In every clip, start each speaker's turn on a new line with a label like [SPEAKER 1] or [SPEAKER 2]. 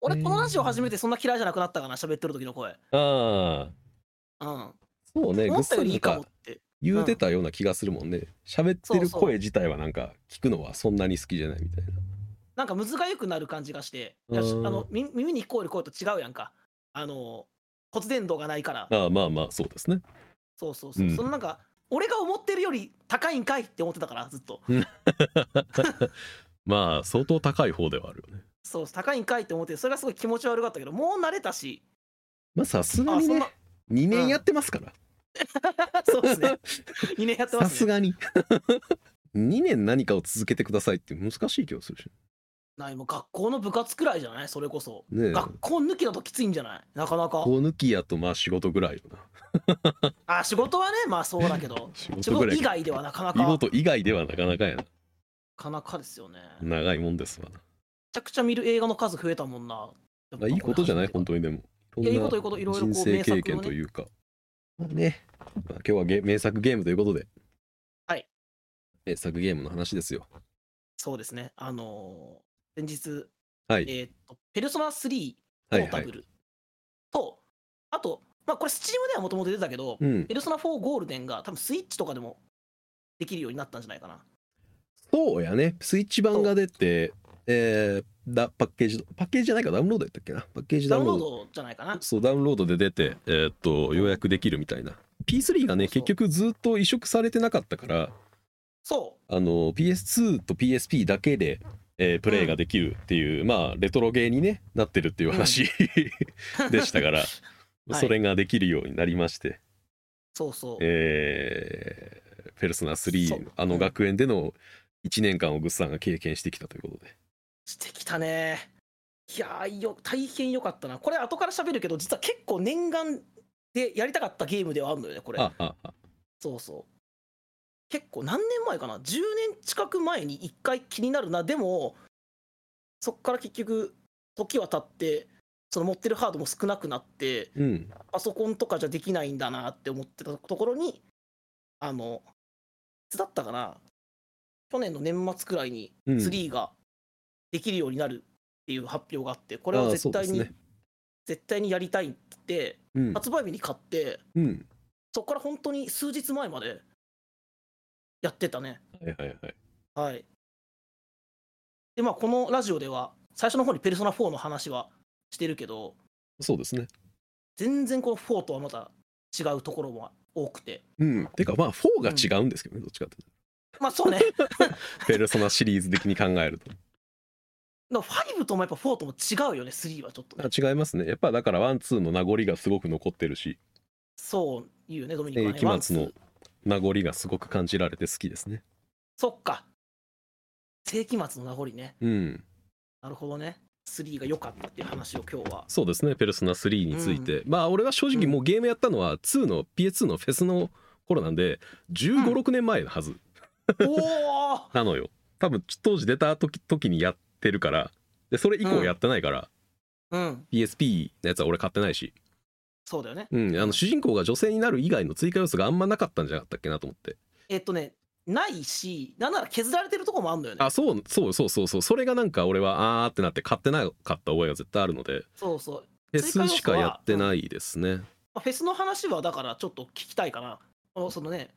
[SPEAKER 1] 俺、このラジオ始
[SPEAKER 2] め
[SPEAKER 1] めてそんな嫌いじゃなくなったかな、喋ってる時の声。
[SPEAKER 2] ああ
[SPEAKER 1] うん。
[SPEAKER 2] そうねぐ
[SPEAKER 1] 思
[SPEAKER 2] っ
[SPEAKER 1] った
[SPEAKER 2] す
[SPEAKER 1] よ
[SPEAKER 2] ん
[SPEAKER 1] りい
[SPEAKER 2] ないん
[SPEAKER 1] かも
[SPEAKER 2] か
[SPEAKER 1] って。
[SPEAKER 2] 言うてたような気がするもんね喋っ
[SPEAKER 1] そ
[SPEAKER 2] てる
[SPEAKER 1] うそう
[SPEAKER 2] 声自体はなんか聞くのはそんなに好きじゃないみたいな
[SPEAKER 1] なんかむずがゆくなる感じがして、いやしあ
[SPEAKER 2] うん
[SPEAKER 1] の耳耳に聞こえる声と違うやんか。あの、骨伝導がないから。
[SPEAKER 2] ああまあまあそうですね
[SPEAKER 1] そうそうそう。
[SPEAKER 2] うん
[SPEAKER 1] そのなんか、俺が思ってるより高いんかいって思ってたから、ずっと。
[SPEAKER 2] まあ相当高い方ではあるよね
[SPEAKER 1] そう、高いんかいって思ってて、それがすごい気持ち悪かったけど、もう慣れたし、
[SPEAKER 2] まあさすが
[SPEAKER 1] あ、
[SPEAKER 2] に
[SPEAKER 1] そん
[SPEAKER 2] ね
[SPEAKER 1] な、
[SPEAKER 2] 2年やってますから、
[SPEAKER 1] そうです ね。2年やってま
[SPEAKER 2] さ
[SPEAKER 1] す
[SPEAKER 2] す
[SPEAKER 1] ね。
[SPEAKER 2] がに 2年何かを続けてくださいって難しい気がするし
[SPEAKER 1] ないもう学校の部活くらいじゃないそれこそ。
[SPEAKER 2] ねえ
[SPEAKER 1] 学校抜きだときついんじゃないなかなか。
[SPEAKER 2] 子抜きやとまあ仕事ぐらいよな、
[SPEAKER 1] あ、仕事はね、まあそうだけど
[SPEAKER 2] 仕
[SPEAKER 1] 仕
[SPEAKER 2] 事
[SPEAKER 1] 事
[SPEAKER 2] ぐらい
[SPEAKER 1] 以外ではなかな
[SPEAKER 2] 仕
[SPEAKER 1] か、な
[SPEAKER 2] 事以外ではなかなかやな
[SPEAKER 1] かなかですよね。め
[SPEAKER 2] 長いもんですわな
[SPEAKER 1] ちゃくちゃ見る映画の数増えたもんな。
[SPEAKER 2] まあいいことじゃない本
[SPEAKER 1] 当
[SPEAKER 2] 当にでもい
[SPEAKER 1] いやいいこ
[SPEAKER 2] ろんな
[SPEAKER 1] といいこといろいろこ
[SPEAKER 2] 人
[SPEAKER 1] う
[SPEAKER 2] 生経験
[SPEAKER 1] 名作
[SPEAKER 2] と
[SPEAKER 1] をね
[SPEAKER 2] いうかまあね、まあ今日はゲ名作ゲームということでは
[SPEAKER 1] はい
[SPEAKER 2] 名作ゲームの話ですよ
[SPEAKER 1] そうですね。あのー先日、
[SPEAKER 2] はい
[SPEAKER 1] えっ、と、ペルソナ3ポ
[SPEAKER 2] はい
[SPEAKER 1] ー
[SPEAKER 2] は
[SPEAKER 1] タ
[SPEAKER 2] い
[SPEAKER 1] ブルと、あと、まあこれ Steam ではもともと出てたけど、
[SPEAKER 2] うん
[SPEAKER 1] ペルソナ4ゴールデンが多分スイッチとかでもできるようになったんじゃないかな。
[SPEAKER 2] そうやねスイッチ版が出てえーだパッケージパッケージじゃないかダウンロードやったっけなパッケージ
[SPEAKER 1] ダ
[SPEAKER 2] ダ
[SPEAKER 1] ウ
[SPEAKER 2] ウ
[SPEAKER 1] ンロ
[SPEAKER 2] ンロ
[SPEAKER 1] ー
[SPEAKER 2] ード
[SPEAKER 1] ドじゃないかな。
[SPEAKER 2] そうダウンロードで出てえーっと予約できるみたいな P3 がね
[SPEAKER 1] そう
[SPEAKER 2] 結局ずっと移植されてなかったから
[SPEAKER 1] そ
[SPEAKER 2] あの PS2 と PSP だけで、えープレイができるっていう、まあレトロゲーに、ね、なってるっていう話、
[SPEAKER 1] う。
[SPEAKER 2] でしたから、
[SPEAKER 1] はい
[SPEAKER 2] それができるようになりまして、
[SPEAKER 1] そうそう。
[SPEAKER 2] えーペルソナ
[SPEAKER 1] そ
[SPEAKER 2] 3
[SPEAKER 1] う
[SPEAKER 2] あの学園での1年間をグッさんが経験してきたということで、
[SPEAKER 1] してきたね。いやーよ、大変良かったな。これ後から喋るけど、実は結構念願でやりたかったゲームではあるのよね、これ。
[SPEAKER 2] あああ
[SPEAKER 1] そうそう。結構何年前かな ?10 年近く前に1回気になるな。でも、そっから結局、時は経って、その持ってるハードも少なくなって、
[SPEAKER 2] うん
[SPEAKER 1] パソコンとかじゃできないんだなって思ってたところに、あの、いつだったかな去年の年末くらいに
[SPEAKER 2] うん
[SPEAKER 1] 3ができるようになるっていう発表があって、これ
[SPEAKER 2] あ
[SPEAKER 1] は
[SPEAKER 2] ー
[SPEAKER 1] 絶対
[SPEAKER 2] そう
[SPEAKER 1] に、
[SPEAKER 2] ですね
[SPEAKER 1] 絶対にやりたいって、
[SPEAKER 2] うん
[SPEAKER 1] 発売日に買って、
[SPEAKER 2] うん
[SPEAKER 1] そこから本当に数日前までやってたね。
[SPEAKER 2] はいはいはい
[SPEAKER 1] はい。で、まあ、このラジオでは、最初の方にペルソナ4の話はしてるけど、
[SPEAKER 2] そうですね
[SPEAKER 1] 全然この4とはまた違うところも多くて。
[SPEAKER 2] うんてかまあ4が違うんですけどね、どっちかっていう
[SPEAKER 1] まあ、そう ね。
[SPEAKER 2] とペルソナシリーズ的に考えると
[SPEAKER 1] でも5ともやっぱ4とも違うよね、3はちょっとね。
[SPEAKER 2] あ違いますねやっぱだからワンツーの名残がすごく残ってるし
[SPEAKER 1] そう言うね、ドミニクは
[SPEAKER 2] 世
[SPEAKER 1] ね。ワン
[SPEAKER 2] 紀
[SPEAKER 1] ツ
[SPEAKER 2] 末
[SPEAKER 1] ー
[SPEAKER 2] の名残がすごく感じられて好きですね
[SPEAKER 1] そっか。世紀末の名残ね。
[SPEAKER 2] うん
[SPEAKER 1] なるほどね。3が良かったっていう話を今日 は。
[SPEAKER 2] そうですね「ペルソナ3」について、まあ俺は正直もうゲームやったのは2の PS2 のフェスの頃なんで1 5
[SPEAKER 1] うん
[SPEAKER 2] 六6年前のはず
[SPEAKER 1] おお
[SPEAKER 2] なのよ多分当時出た時時にやってるからでそれ以降やってないから、
[SPEAKER 1] うん、
[SPEAKER 2] PSP のやつは俺買ってないし、
[SPEAKER 1] そうだよね。
[SPEAKER 2] うん、あの主人公が女性になる以外の追加要素があんまなかったんじゃなかったっけなと思って
[SPEAKER 1] えっとね、ないし、なんなら削られてるとこもあるんだよね。
[SPEAKER 2] あそうそうそうそうそうそれがなんか俺はあーってなって買ってなかった覚えが絶対あるので
[SPEAKER 1] そうそう。
[SPEAKER 2] フェ
[SPEAKER 1] 追加
[SPEAKER 2] ス
[SPEAKER 1] 要素は
[SPEAKER 2] しかやってないですね、
[SPEAKER 1] まあフェスの話はだからちょっと聞きたいかな。あのそのね、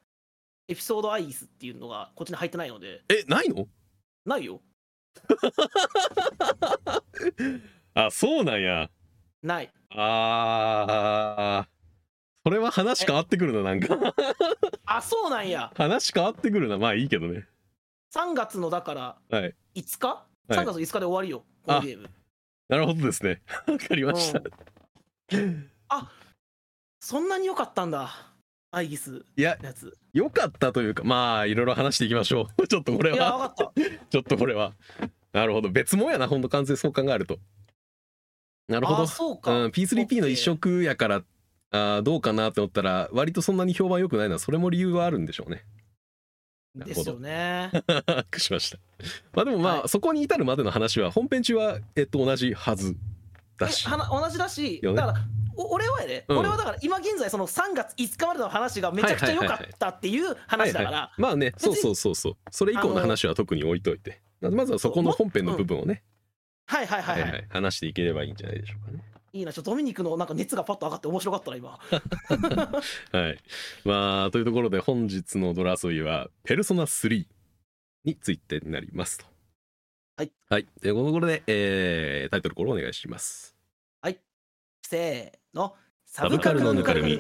[SPEAKER 1] エピソードアイスっていうのがこっちに入ってないので、
[SPEAKER 2] えないの
[SPEAKER 1] ないよ。
[SPEAKER 2] あそうなんや
[SPEAKER 1] ない。
[SPEAKER 2] あーそれは話変わってくるななんか
[SPEAKER 1] あ、そうなんや。
[SPEAKER 2] 話変わってくるなまあいいけどね
[SPEAKER 1] 3月のだから
[SPEAKER 2] はい
[SPEAKER 1] 5日、
[SPEAKER 2] い
[SPEAKER 1] ?3 月の5日で終わりよ、このゲーム。
[SPEAKER 2] なるほどですね わかりました、
[SPEAKER 1] うんそんなに良かったんだ、アイギス
[SPEAKER 2] いや
[SPEAKER 1] のやつ。
[SPEAKER 2] よかったというかまあいろいろ話していきましょう ちょっとこれ
[SPEAKER 1] いや、
[SPEAKER 2] は
[SPEAKER 1] 分かった。
[SPEAKER 2] ちょっとこれはなるほど別もんやなほんと完全にそう考えるとなるほど
[SPEAKER 1] あ、そうか。
[SPEAKER 2] うん、P3P の一
[SPEAKER 1] OK
[SPEAKER 2] 色やからあーどうかなって思ったら割とそんなに評判良くないなそれも理由はあるんでしょうねなる
[SPEAKER 1] で
[SPEAKER 2] ほ
[SPEAKER 1] す
[SPEAKER 2] ど
[SPEAKER 1] よね。
[SPEAKER 2] く しましたまあでもまあ、
[SPEAKER 1] は
[SPEAKER 2] そこに至るまでの話は本編中はえっと同じはずだし
[SPEAKER 1] えはな同じだし、
[SPEAKER 2] よね
[SPEAKER 1] だからお俺はやで、
[SPEAKER 2] うん
[SPEAKER 1] 俺はだから今現在その3月5日までの話がめちゃくちゃ良かったっていう話だから、
[SPEAKER 2] はいはいまあね
[SPEAKER 1] 別
[SPEAKER 2] そ
[SPEAKER 1] に
[SPEAKER 2] うそうそうそうそれ以降の話は特に置いといてまずはそこの本編の部分をね
[SPEAKER 1] はいはいはい、はい、
[SPEAKER 2] い、話していければいいんじゃないでしょうかね。
[SPEAKER 1] いいな、ちょっとドミニクのなんか熱がパッと上がって面白かったな、今。
[SPEAKER 2] はい。まあ、というところで本日のドラ遊びは、ペルソナ3についてになりますと。
[SPEAKER 1] はい。
[SPEAKER 2] はい。で、このところで、えータイトルコールお願いします。
[SPEAKER 1] せーの、サ
[SPEAKER 2] ブカルのぬかるみ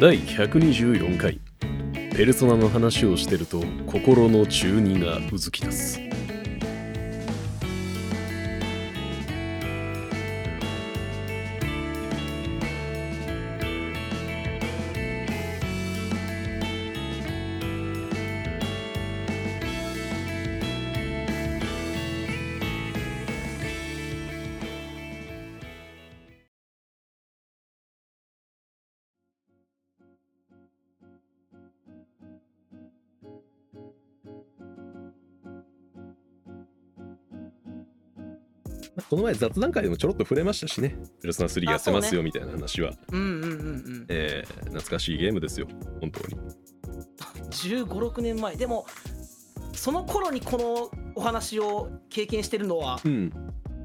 [SPEAKER 2] 第124回、ペルソナの話をしてると、心の中二がうずき出す。この前雑談会でもちょろっと触れましたしね、ペルソナ3やってますよみたいな話は、
[SPEAKER 1] うんうんうんうん。
[SPEAKER 2] えー懐かしいゲームですよ、本当に。
[SPEAKER 1] 15、6年前。でも、その頃にこのお話を経験してるのは、
[SPEAKER 2] うん、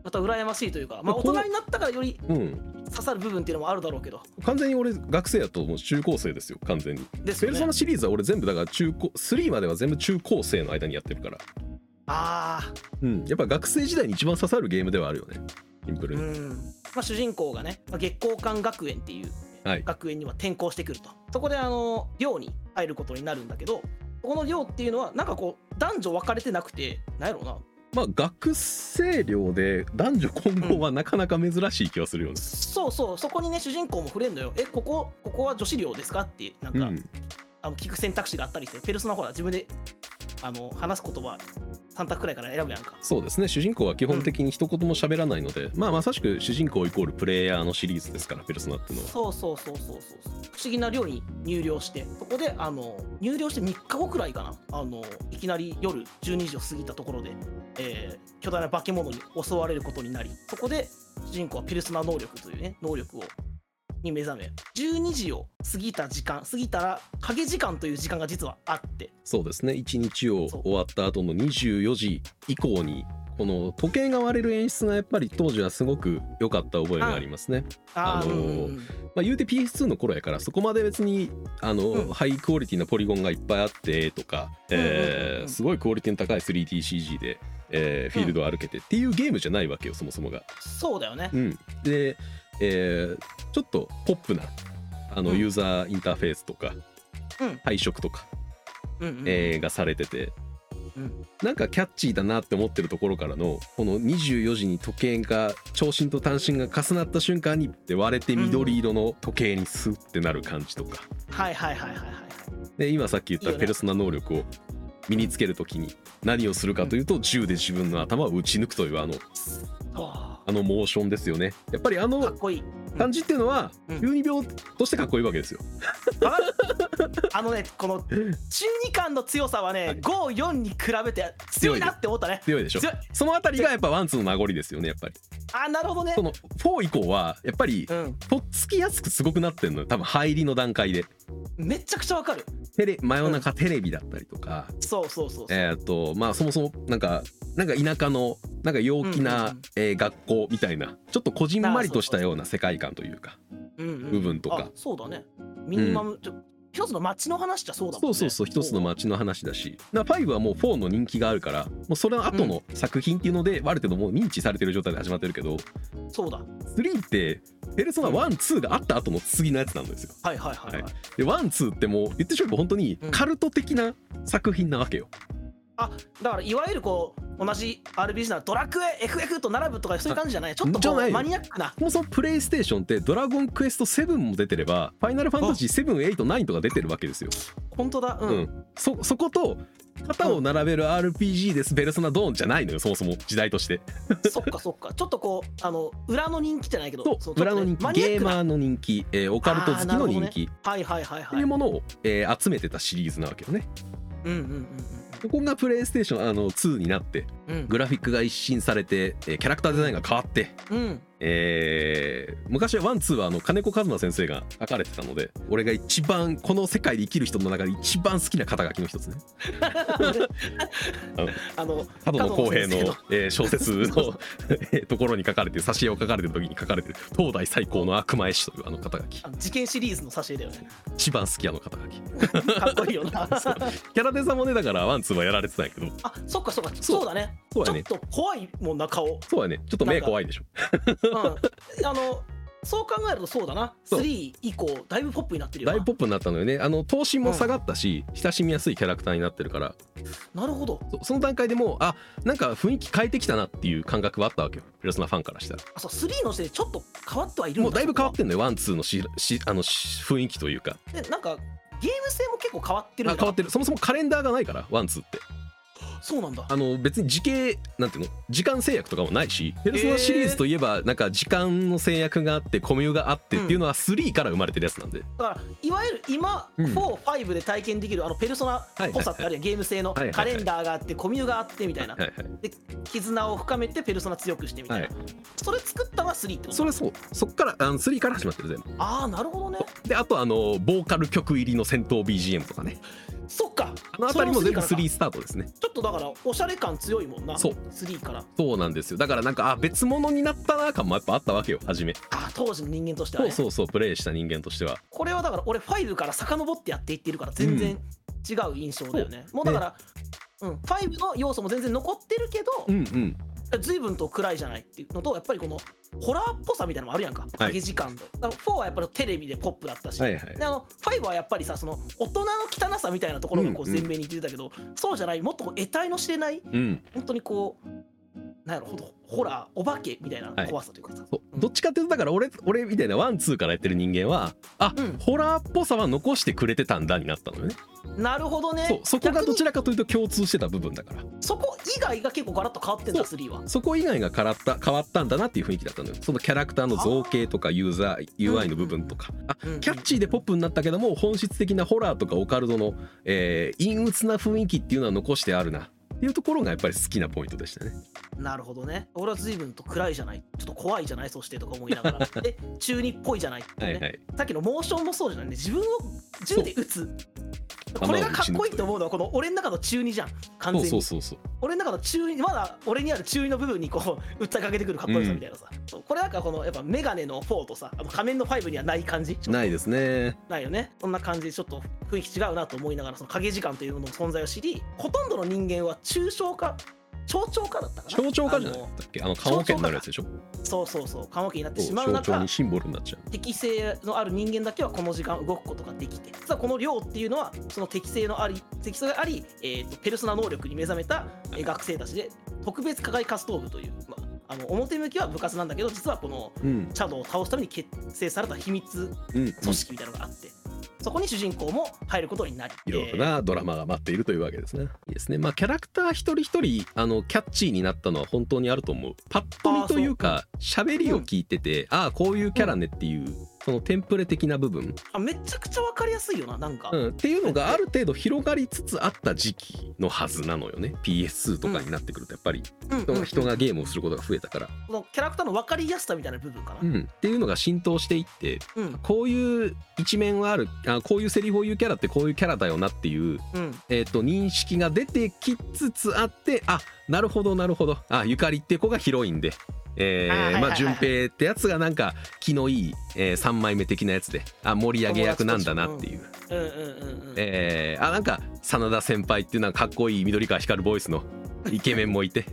[SPEAKER 1] また羨ましいというか、まあ、
[SPEAKER 2] こ
[SPEAKER 1] 大
[SPEAKER 2] う
[SPEAKER 1] 人になったからより
[SPEAKER 2] うん、
[SPEAKER 1] 刺さる部分っていうのもあるだろうけど。
[SPEAKER 2] 完全に俺、学生やともう中高生ですよ、完全に。
[SPEAKER 1] です
[SPEAKER 2] ペ
[SPEAKER 1] よ
[SPEAKER 2] ルソ
[SPEAKER 1] ね
[SPEAKER 2] ナ。シリーズは俺全部だから中高3までは全部中高生の間にやってるから、
[SPEAKER 1] あ
[SPEAKER 2] うん、やっぱ学生時代に一番刺さるゲームではあるよねシンプ
[SPEAKER 1] あ、
[SPEAKER 2] ル
[SPEAKER 1] う
[SPEAKER 2] に、
[SPEAKER 1] ん。まあ、主人公がね、まあ、月光館学園っていう
[SPEAKER 2] はい
[SPEAKER 1] 学園には転校してくると。そこで、あの、寮に入ることになるんだけど、この寮っていうのは、なんかこう、男女分かれてなくて、なんやろうな、
[SPEAKER 2] まあ学生寮で男女混合はなかなか珍しい気はするよね、
[SPEAKER 1] そうそうそこにね主人公も触れんのよえここここは女子寮ですかってなん
[SPEAKER 2] う
[SPEAKER 1] か、
[SPEAKER 2] ん、
[SPEAKER 1] あの聞く選択肢があったりしてペルソナほら自分であの話す言葉3択くらいから選ぶやんか
[SPEAKER 2] そうですね主人公は基本的に一言も喋らないので、まあまさしく主人公イコールプレイヤーのシリーズですからペルソナっていうのは
[SPEAKER 1] そうそうそうそうそう不思議な寮に入寮してそこであの入寮して3日後くらいかなあのいきなり夜12時を過ぎたところで、えー巨大な化け物に襲われることになりそこで主人公はペルソナ能力というね能力をに目覚め12時を過ぎた時間過ぎたら影時間という時間が実はあって
[SPEAKER 2] そうですね一日を終わった後の24時以降にこの時計が割れる演出がやっぱり当時はすごく良かった覚えがありますね
[SPEAKER 1] あー
[SPEAKER 2] あの
[SPEAKER 1] う
[SPEAKER 2] ー
[SPEAKER 1] んうんうん
[SPEAKER 2] まあ、言うて PS2 の頃やからそこまで別にあの、
[SPEAKER 1] うん
[SPEAKER 2] ハイクオリティなポリゴンがいっぱいあってとか、
[SPEAKER 1] うんうんうんうん
[SPEAKER 2] えーすごいクオリティの高い 3DCG で、えーフィールドを歩けてっていうゲームじゃないわけよそもそもが。
[SPEAKER 1] そうだよね、
[SPEAKER 2] うん、で、えーちょっとポップなあの
[SPEAKER 1] うん
[SPEAKER 2] ユーザーインターフェースとか、
[SPEAKER 1] うん
[SPEAKER 2] 配色とか、
[SPEAKER 1] うんうん
[SPEAKER 2] えーがされてて。
[SPEAKER 1] うん
[SPEAKER 2] なんかキャッチーだなって思ってるところからのこの24時に時計が長針と短針が重なった瞬間にで割れて緑色の時計にスッってなる感じとか、
[SPEAKER 1] はいはいはいはいはい
[SPEAKER 2] で今さっき
[SPEAKER 1] い
[SPEAKER 2] 言
[SPEAKER 1] い
[SPEAKER 2] っ
[SPEAKER 1] よ
[SPEAKER 2] た
[SPEAKER 1] ね
[SPEAKER 2] ペルソナ能力を身につけるときに何をするかというと銃で自分の頭を撃ち抜くというあの
[SPEAKER 1] は
[SPEAKER 2] あのモーションですよねやっぱりあ
[SPEAKER 1] あかっ
[SPEAKER 2] の
[SPEAKER 1] こいい
[SPEAKER 2] 感じっていうのは
[SPEAKER 1] うん
[SPEAKER 2] 12秒としてかっこいいわけですよ
[SPEAKER 1] わかるあのねこの中二感の強さはね54に比べて強いなって思ったね
[SPEAKER 2] 強いでしょ
[SPEAKER 1] 強い
[SPEAKER 2] そのあたりがやっぱワンツーの名残ですよねやっぱり
[SPEAKER 1] あなるほどね
[SPEAKER 2] その4以降はやっぱり
[SPEAKER 1] うん
[SPEAKER 2] とっつきやすくすごくなってんのよ多分入りの段階で
[SPEAKER 1] めちゃくちゃわかる
[SPEAKER 2] テレ真夜中テレビだったりとか
[SPEAKER 1] そうそうそうそう
[SPEAKER 2] えーっとまあそもそもなんかなんか田舎のなんか陽気
[SPEAKER 1] うんうんう
[SPEAKER 2] なんえー学校みたいなちょっとこじんまりとしたような世界観というか
[SPEAKER 1] うんうん
[SPEAKER 2] 部分とか
[SPEAKER 1] あそうだねミニマム、ちょ一つの街の話じゃそうだもん
[SPEAKER 2] そ
[SPEAKER 1] ね
[SPEAKER 2] うそうそう一つの街の話だしな5はもう4の人気があるからもうそれの後の作品っていうので、ある程度もう認知されてる状態で始まってるけど
[SPEAKER 1] そうだ
[SPEAKER 2] 3ってペルソナ12があった後の次のやつなんですよ
[SPEAKER 1] はいはいはい、はい
[SPEAKER 2] はで12ってもう言ってしまえば本当に
[SPEAKER 1] うん
[SPEAKER 2] カルト的な作品なわけよ、
[SPEAKER 1] あだからいわゆるこう同じ RPG ならドラクエ FF と並ぶとかそういう感じじゃないちょっと
[SPEAKER 2] じゃ
[SPEAKER 1] こ
[SPEAKER 2] ないうよ
[SPEAKER 1] マニアックな
[SPEAKER 2] そもそもプレイステーションってドラゴンクエスト7も出てればファイナルファンタジー789とか出てるわけですよ、
[SPEAKER 1] 本当だう、
[SPEAKER 2] うんん、そそこと肩を並べる RPG ですペルソナドーンじゃないのよそもそも時代として
[SPEAKER 1] そっかそっかちょっとこうあの裏の人気じゃないけど
[SPEAKER 2] と
[SPEAKER 1] そうちょっ
[SPEAKER 2] 裏
[SPEAKER 1] と
[SPEAKER 2] の
[SPEAKER 1] ね
[SPEAKER 2] 人気、
[SPEAKER 1] マニア
[SPEAKER 2] ゲ
[SPEAKER 1] ッ
[SPEAKER 2] ー
[SPEAKER 1] ク
[SPEAKER 2] マ
[SPEAKER 1] な
[SPEAKER 2] ーの人気、えーオカルト好きの人気、
[SPEAKER 1] はいはいはい
[SPEAKER 2] っ
[SPEAKER 1] は
[SPEAKER 2] て
[SPEAKER 1] い
[SPEAKER 2] いう
[SPEAKER 1] うん
[SPEAKER 2] ものを、えー集めてたシリーズなわけよね。
[SPEAKER 1] うんうんうん
[SPEAKER 2] ここがプレイステーションあの2になって
[SPEAKER 1] うん
[SPEAKER 2] グラフィックが一新されて、えーキャラクターデザインが変わって、
[SPEAKER 1] うん
[SPEAKER 2] えー昔はワンツーはあの金子和馬先生が書かれてたので俺が一番この世界で生きる人の中で一番好きな肩書きの一つね
[SPEAKER 1] あの
[SPEAKER 2] 角野浩平の
[SPEAKER 1] 角野先生の
[SPEAKER 2] えー小説の えーところに書かれてる挿絵を書かれてる時に書かれてる東大最高の悪魔絵師というあの肩書き
[SPEAKER 1] あの事件シリーズの挿絵だよ ね
[SPEAKER 2] 一番好きあの肩書き
[SPEAKER 1] かっこいいよな
[SPEAKER 2] そうキャラデザもねだからワンツーはやられてたんやけど
[SPEAKER 1] あそっかそっか
[SPEAKER 2] そう
[SPEAKER 1] そうだね
[SPEAKER 2] そう
[SPEAKER 1] ち
[SPEAKER 2] や
[SPEAKER 1] ょっ
[SPEAKER 2] ね
[SPEAKER 1] と怖いもんな 顔、うん、
[SPEAKER 2] そうやねちょっと目怖いでしょ
[SPEAKER 1] あのそう考えるとそうだな
[SPEAKER 2] そう
[SPEAKER 1] 3以降だいぶポップになってるよ
[SPEAKER 2] だい
[SPEAKER 1] な
[SPEAKER 2] ぶポップになったのよねあの頭身も下がったし、親しみやすいキャラクターになってるから
[SPEAKER 1] なるほど
[SPEAKER 2] そその段階でもうあなんか雰囲気変えてきたなっていう感覚はあったわけよペルソナファンからしたら
[SPEAKER 1] あそう3のせいでちょっと変わってはいるんだ
[SPEAKER 2] もうだいぶ変わってんのよワンツーのししあのし雰囲気というか
[SPEAKER 1] でなんかゲーム性も結構変わってる
[SPEAKER 2] あ
[SPEAKER 1] んだ
[SPEAKER 2] 変わってるそもそもカレンダーがないからワンツーって
[SPEAKER 1] そうなんだ
[SPEAKER 2] あの別に時系なんていうの時間制約とかもないしペルソナシリーズといえばなんか時間の制約があってコミュがあってっていうのは3から生まれてるやつなんで、
[SPEAKER 1] だからいわゆる今、
[SPEAKER 2] うん
[SPEAKER 1] 4、5で体験できるあのペルソナっぽさってあるやんゲーム性の
[SPEAKER 2] はいはい
[SPEAKER 1] カレンダーがあってコミュがあってみたいな
[SPEAKER 2] はいはい
[SPEAKER 1] で絆を深めてペルソナ強くしてみたいな、
[SPEAKER 2] は
[SPEAKER 1] それ作ったのが3ってこと
[SPEAKER 2] それはそうそっからあの3から始まってる全部
[SPEAKER 1] ああなるほどね
[SPEAKER 2] であとあのボーカル曲入りの戦闘 BGM とかね
[SPEAKER 1] そっか
[SPEAKER 2] あの辺りも全部
[SPEAKER 1] それ3から
[SPEAKER 2] 3
[SPEAKER 1] か
[SPEAKER 2] スタートですね
[SPEAKER 1] ちょっとだからおしゃれ感強いもんな
[SPEAKER 2] そう
[SPEAKER 1] 3から
[SPEAKER 2] そうなんですよだからなんかあ別物になったな感もやっぱあったわけよ初め
[SPEAKER 1] あー当時の人間としては
[SPEAKER 2] そ
[SPEAKER 1] ね
[SPEAKER 2] うそうそうプレイした人間としては
[SPEAKER 1] これはだから俺5から遡ってやっていってるから全然違う印象だよね、もうだから、うん、5の要素も全然残ってるけど、
[SPEAKER 2] うんうん
[SPEAKER 1] 随分と暗いじゃないっていうのとやっぱりこのホラーっぽさみたいなのもあるやんか
[SPEAKER 2] はい
[SPEAKER 1] 影時間で、だから4はやっぱりテレビでポップだったし、
[SPEAKER 2] はいはい
[SPEAKER 1] であの5はやっぱりさその大人の汚さみたいなところがこう
[SPEAKER 2] うんうん
[SPEAKER 1] 前面に出てたけど、そうじゃないもっとこう得体の知れない
[SPEAKER 2] うん
[SPEAKER 1] 本当にこうなんやろほどホラーお化けみたいな
[SPEAKER 2] はい
[SPEAKER 1] 怖さというかさ、
[SPEAKER 2] そうどっちかっていうとだから俺俺みたいなワンツーからやってる人間はあ、
[SPEAKER 1] うん
[SPEAKER 2] ホラーっぽさは残してくれてたんだになったのよね
[SPEAKER 1] なるほどね
[SPEAKER 2] そうそこがどち
[SPEAKER 1] ら
[SPEAKER 2] らかというと共通してた部分だから
[SPEAKER 1] そこ以外が結構ガラッと変わってんだ3は
[SPEAKER 2] そこ以外が変わった変わったんだなっていう雰囲気だったのよそのキャラクターの造形とかユーザー UI の部分とかあ
[SPEAKER 1] うんうん
[SPEAKER 2] キャッチーでポップになったけども本質的なホラーとかオカルトの、えー陰鬱な雰囲気っていうのは残してあるなっていうところがやっぱり好きなポイントでしたね
[SPEAKER 1] なるほどね俺は随分と暗いじゃないちょっと怖いじゃないそしてとか思いなが らで中二っぽいじゃないっていうね、
[SPEAKER 2] はいはい
[SPEAKER 1] さっきのモーションもそうじゃないね自分を銃で撃つ
[SPEAKER 2] そう
[SPEAKER 1] これがかっこいいと思うのはこの俺の中の中二じゃん完全
[SPEAKER 2] そう
[SPEAKER 1] に
[SPEAKER 2] そうそうそう
[SPEAKER 1] 俺の中の中二まだ俺にある中二の部分にこう訴えかけてくるかっこよさみたいなさ、そうこれなんかこのやっぱメガネの4とさあの仮面の5にはない感じ
[SPEAKER 2] ないですね
[SPEAKER 1] ないよねそんな感じでちょっと雰囲気違うなと思いながらその影時間というものの存在を知りほとんどの人間は抽象化超徴化だったかな
[SPEAKER 2] 象徴化じゃない
[SPEAKER 1] あ
[SPEAKER 2] だ
[SPEAKER 1] の
[SPEAKER 2] っけあの棺桶になるやつでしょ
[SPEAKER 1] そうそうそう緩和期になって
[SPEAKER 2] そう
[SPEAKER 1] しまう
[SPEAKER 2] 象徴
[SPEAKER 1] 中
[SPEAKER 2] にシンボルになっちゃう
[SPEAKER 1] 適性のある人間だけはこの時間動くことができて実はこの量っていうのはその適性のあり適性があり、えーとペルソナ能力に目覚めたえー学生たちで特別課外活動部という、まあ、あの表向きは部活なんだけど実はこの
[SPEAKER 2] うん
[SPEAKER 1] シャドウを倒すために結成された秘密
[SPEAKER 2] う
[SPEAKER 1] 組
[SPEAKER 2] ん
[SPEAKER 1] 織みたいなのがあって、そこに主人公も入ることになり
[SPEAKER 2] いろいろなドラマが待っているというわけですね。いいですね。まあキャラクター一人一人あのキャッチーになったのは本当にあると思う。パッと見というか喋りを聞いてて、ああこういうキャラねっていう、そのテンプレ的な部分、
[SPEAKER 1] えーあめちゃくちゃ分かりやすいよななんか、
[SPEAKER 2] うん、っていうのがある程度広がりつつあった時期のはずなのよね。PS2 とかになってくるとやっぱり
[SPEAKER 1] うん
[SPEAKER 2] 人
[SPEAKER 1] う
[SPEAKER 2] が
[SPEAKER 1] ん
[SPEAKER 2] 人がゲームをすることが増えたから、
[SPEAKER 1] このキャラクターの分かりやすさみたいな部分かな、
[SPEAKER 2] うん、っていうのが浸透していって
[SPEAKER 1] うん
[SPEAKER 2] こういう一面はあるあこういうセリフを言うキャラってこういうキャラだよなっていう
[SPEAKER 1] うん
[SPEAKER 2] えー、と認識が出てきつつあってあなるほどなるほどあゆかりって子がヒロインで。え
[SPEAKER 1] あーはいは
[SPEAKER 2] ー
[SPEAKER 1] い
[SPEAKER 2] ま
[SPEAKER 1] は
[SPEAKER 2] あ
[SPEAKER 1] い
[SPEAKER 2] 順平ってやつがなんか気のいい、え3枚目的なやつであ盛り上げ役なんだなっていう、
[SPEAKER 1] うんうんうんうん
[SPEAKER 2] えーあなんか真田先輩っていうのはかっこいい緑川光ボイ スのイケメンもいて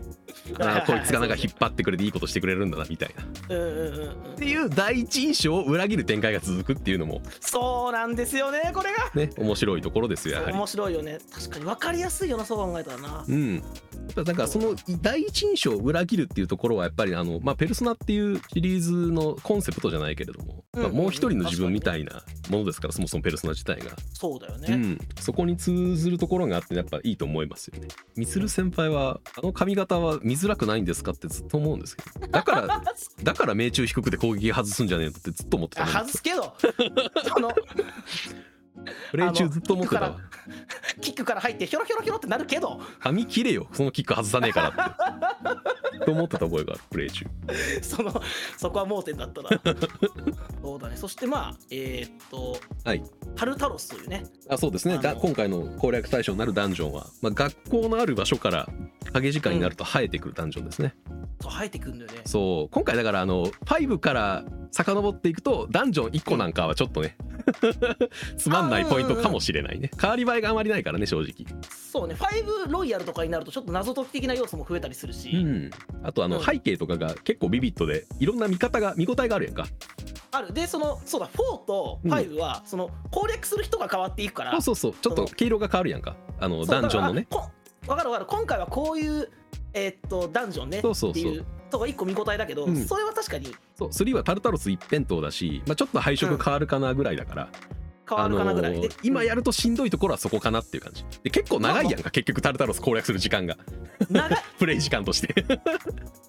[SPEAKER 2] あーこいつがなんか引っ張ってくれていいことしてくれるんだなみたいなっ
[SPEAKER 1] うんうんうんうん
[SPEAKER 2] ていう第一印象を裏切る展開が続くっていうのも
[SPEAKER 1] そうなんですよねこれが
[SPEAKER 2] ね面白いところですよやはり。
[SPEAKER 1] 面白いよね確かに分かりやすいよなそう考えたらな
[SPEAKER 2] うん、やっぱなんかその第一印象を裏切るっていうところはやっぱりあの、まあ、ペルソナっていうシリーズのコンセプトじゃないけれども、
[SPEAKER 1] うん
[SPEAKER 2] まあもう一人の自分みたいなものですから、そもそもペルソナ自体が、
[SPEAKER 1] そうだよ
[SPEAKER 2] う
[SPEAKER 1] ね、
[SPEAKER 2] ん、そこに通ずるところがあってやっぱいいと思いますよね。みつる先輩はあの髪型は見づらくないんですかってずっと思うんですけど だからだから 命中低くて攻撃外すんじゃねえのってずっと思ってた
[SPEAKER 1] あ
[SPEAKER 2] のに
[SPEAKER 1] 外すけどその
[SPEAKER 2] プレイ中ずっと思ってた
[SPEAKER 1] あ
[SPEAKER 2] わ
[SPEAKER 1] のキックから入ってヒョロヒョロヒョロってなるけど
[SPEAKER 2] 髪切れよそのキック外さねえから ってと思ってた覚えがあるプレイ中
[SPEAKER 1] そのそこは盲点だったな そうだねそしてまあえーっと、
[SPEAKER 2] はい
[SPEAKER 1] タルタロスというね
[SPEAKER 2] あそうですねだ
[SPEAKER 1] あの
[SPEAKER 2] 今回の攻略対象になるダンジョンは、まあ、学校のある場所から影時間になると生えてくるダンジョンですね、
[SPEAKER 1] そう生えてくんだよね
[SPEAKER 2] そう今回だからあの5から遡っていくとダンジョン1個なんかはちょっとね つまんないポイントかもしれないね変わり映えがあまりないからね正直
[SPEAKER 1] そうね5ロイヤルとかになるとちょっと謎解き的な要素も増えたりするし、
[SPEAKER 2] うん、あとあの
[SPEAKER 1] うん
[SPEAKER 2] 背景とかが結構ビビッドでいろんな見方が見応えがあるやんか
[SPEAKER 1] あるでそのそうだ4と5はその攻略する人が変わっていくから、
[SPEAKER 2] そうそうそうちょっと毛色が変わるやんかあの
[SPEAKER 1] そう
[SPEAKER 2] ダンジョンのね
[SPEAKER 1] だからこんわかるわかる今回はこういうえーっとダンジョンねって
[SPEAKER 2] そ
[SPEAKER 1] いうう
[SPEAKER 2] そうそう
[SPEAKER 1] とこ一個見応えだけど、
[SPEAKER 2] うん
[SPEAKER 1] それは確かに
[SPEAKER 2] そう3はタルタロス一辺倒だし、まあ、ちょっと配色変わるかなぐらいだから、
[SPEAKER 1] 変わるかなぐらい、
[SPEAKER 2] ー
[SPEAKER 1] で
[SPEAKER 2] 今や
[SPEAKER 1] る
[SPEAKER 2] るとしんどいところはそこかなっていう感じで結構長いやんか結局タルタロス攻略する時間が
[SPEAKER 1] 長い
[SPEAKER 2] プレイ時間として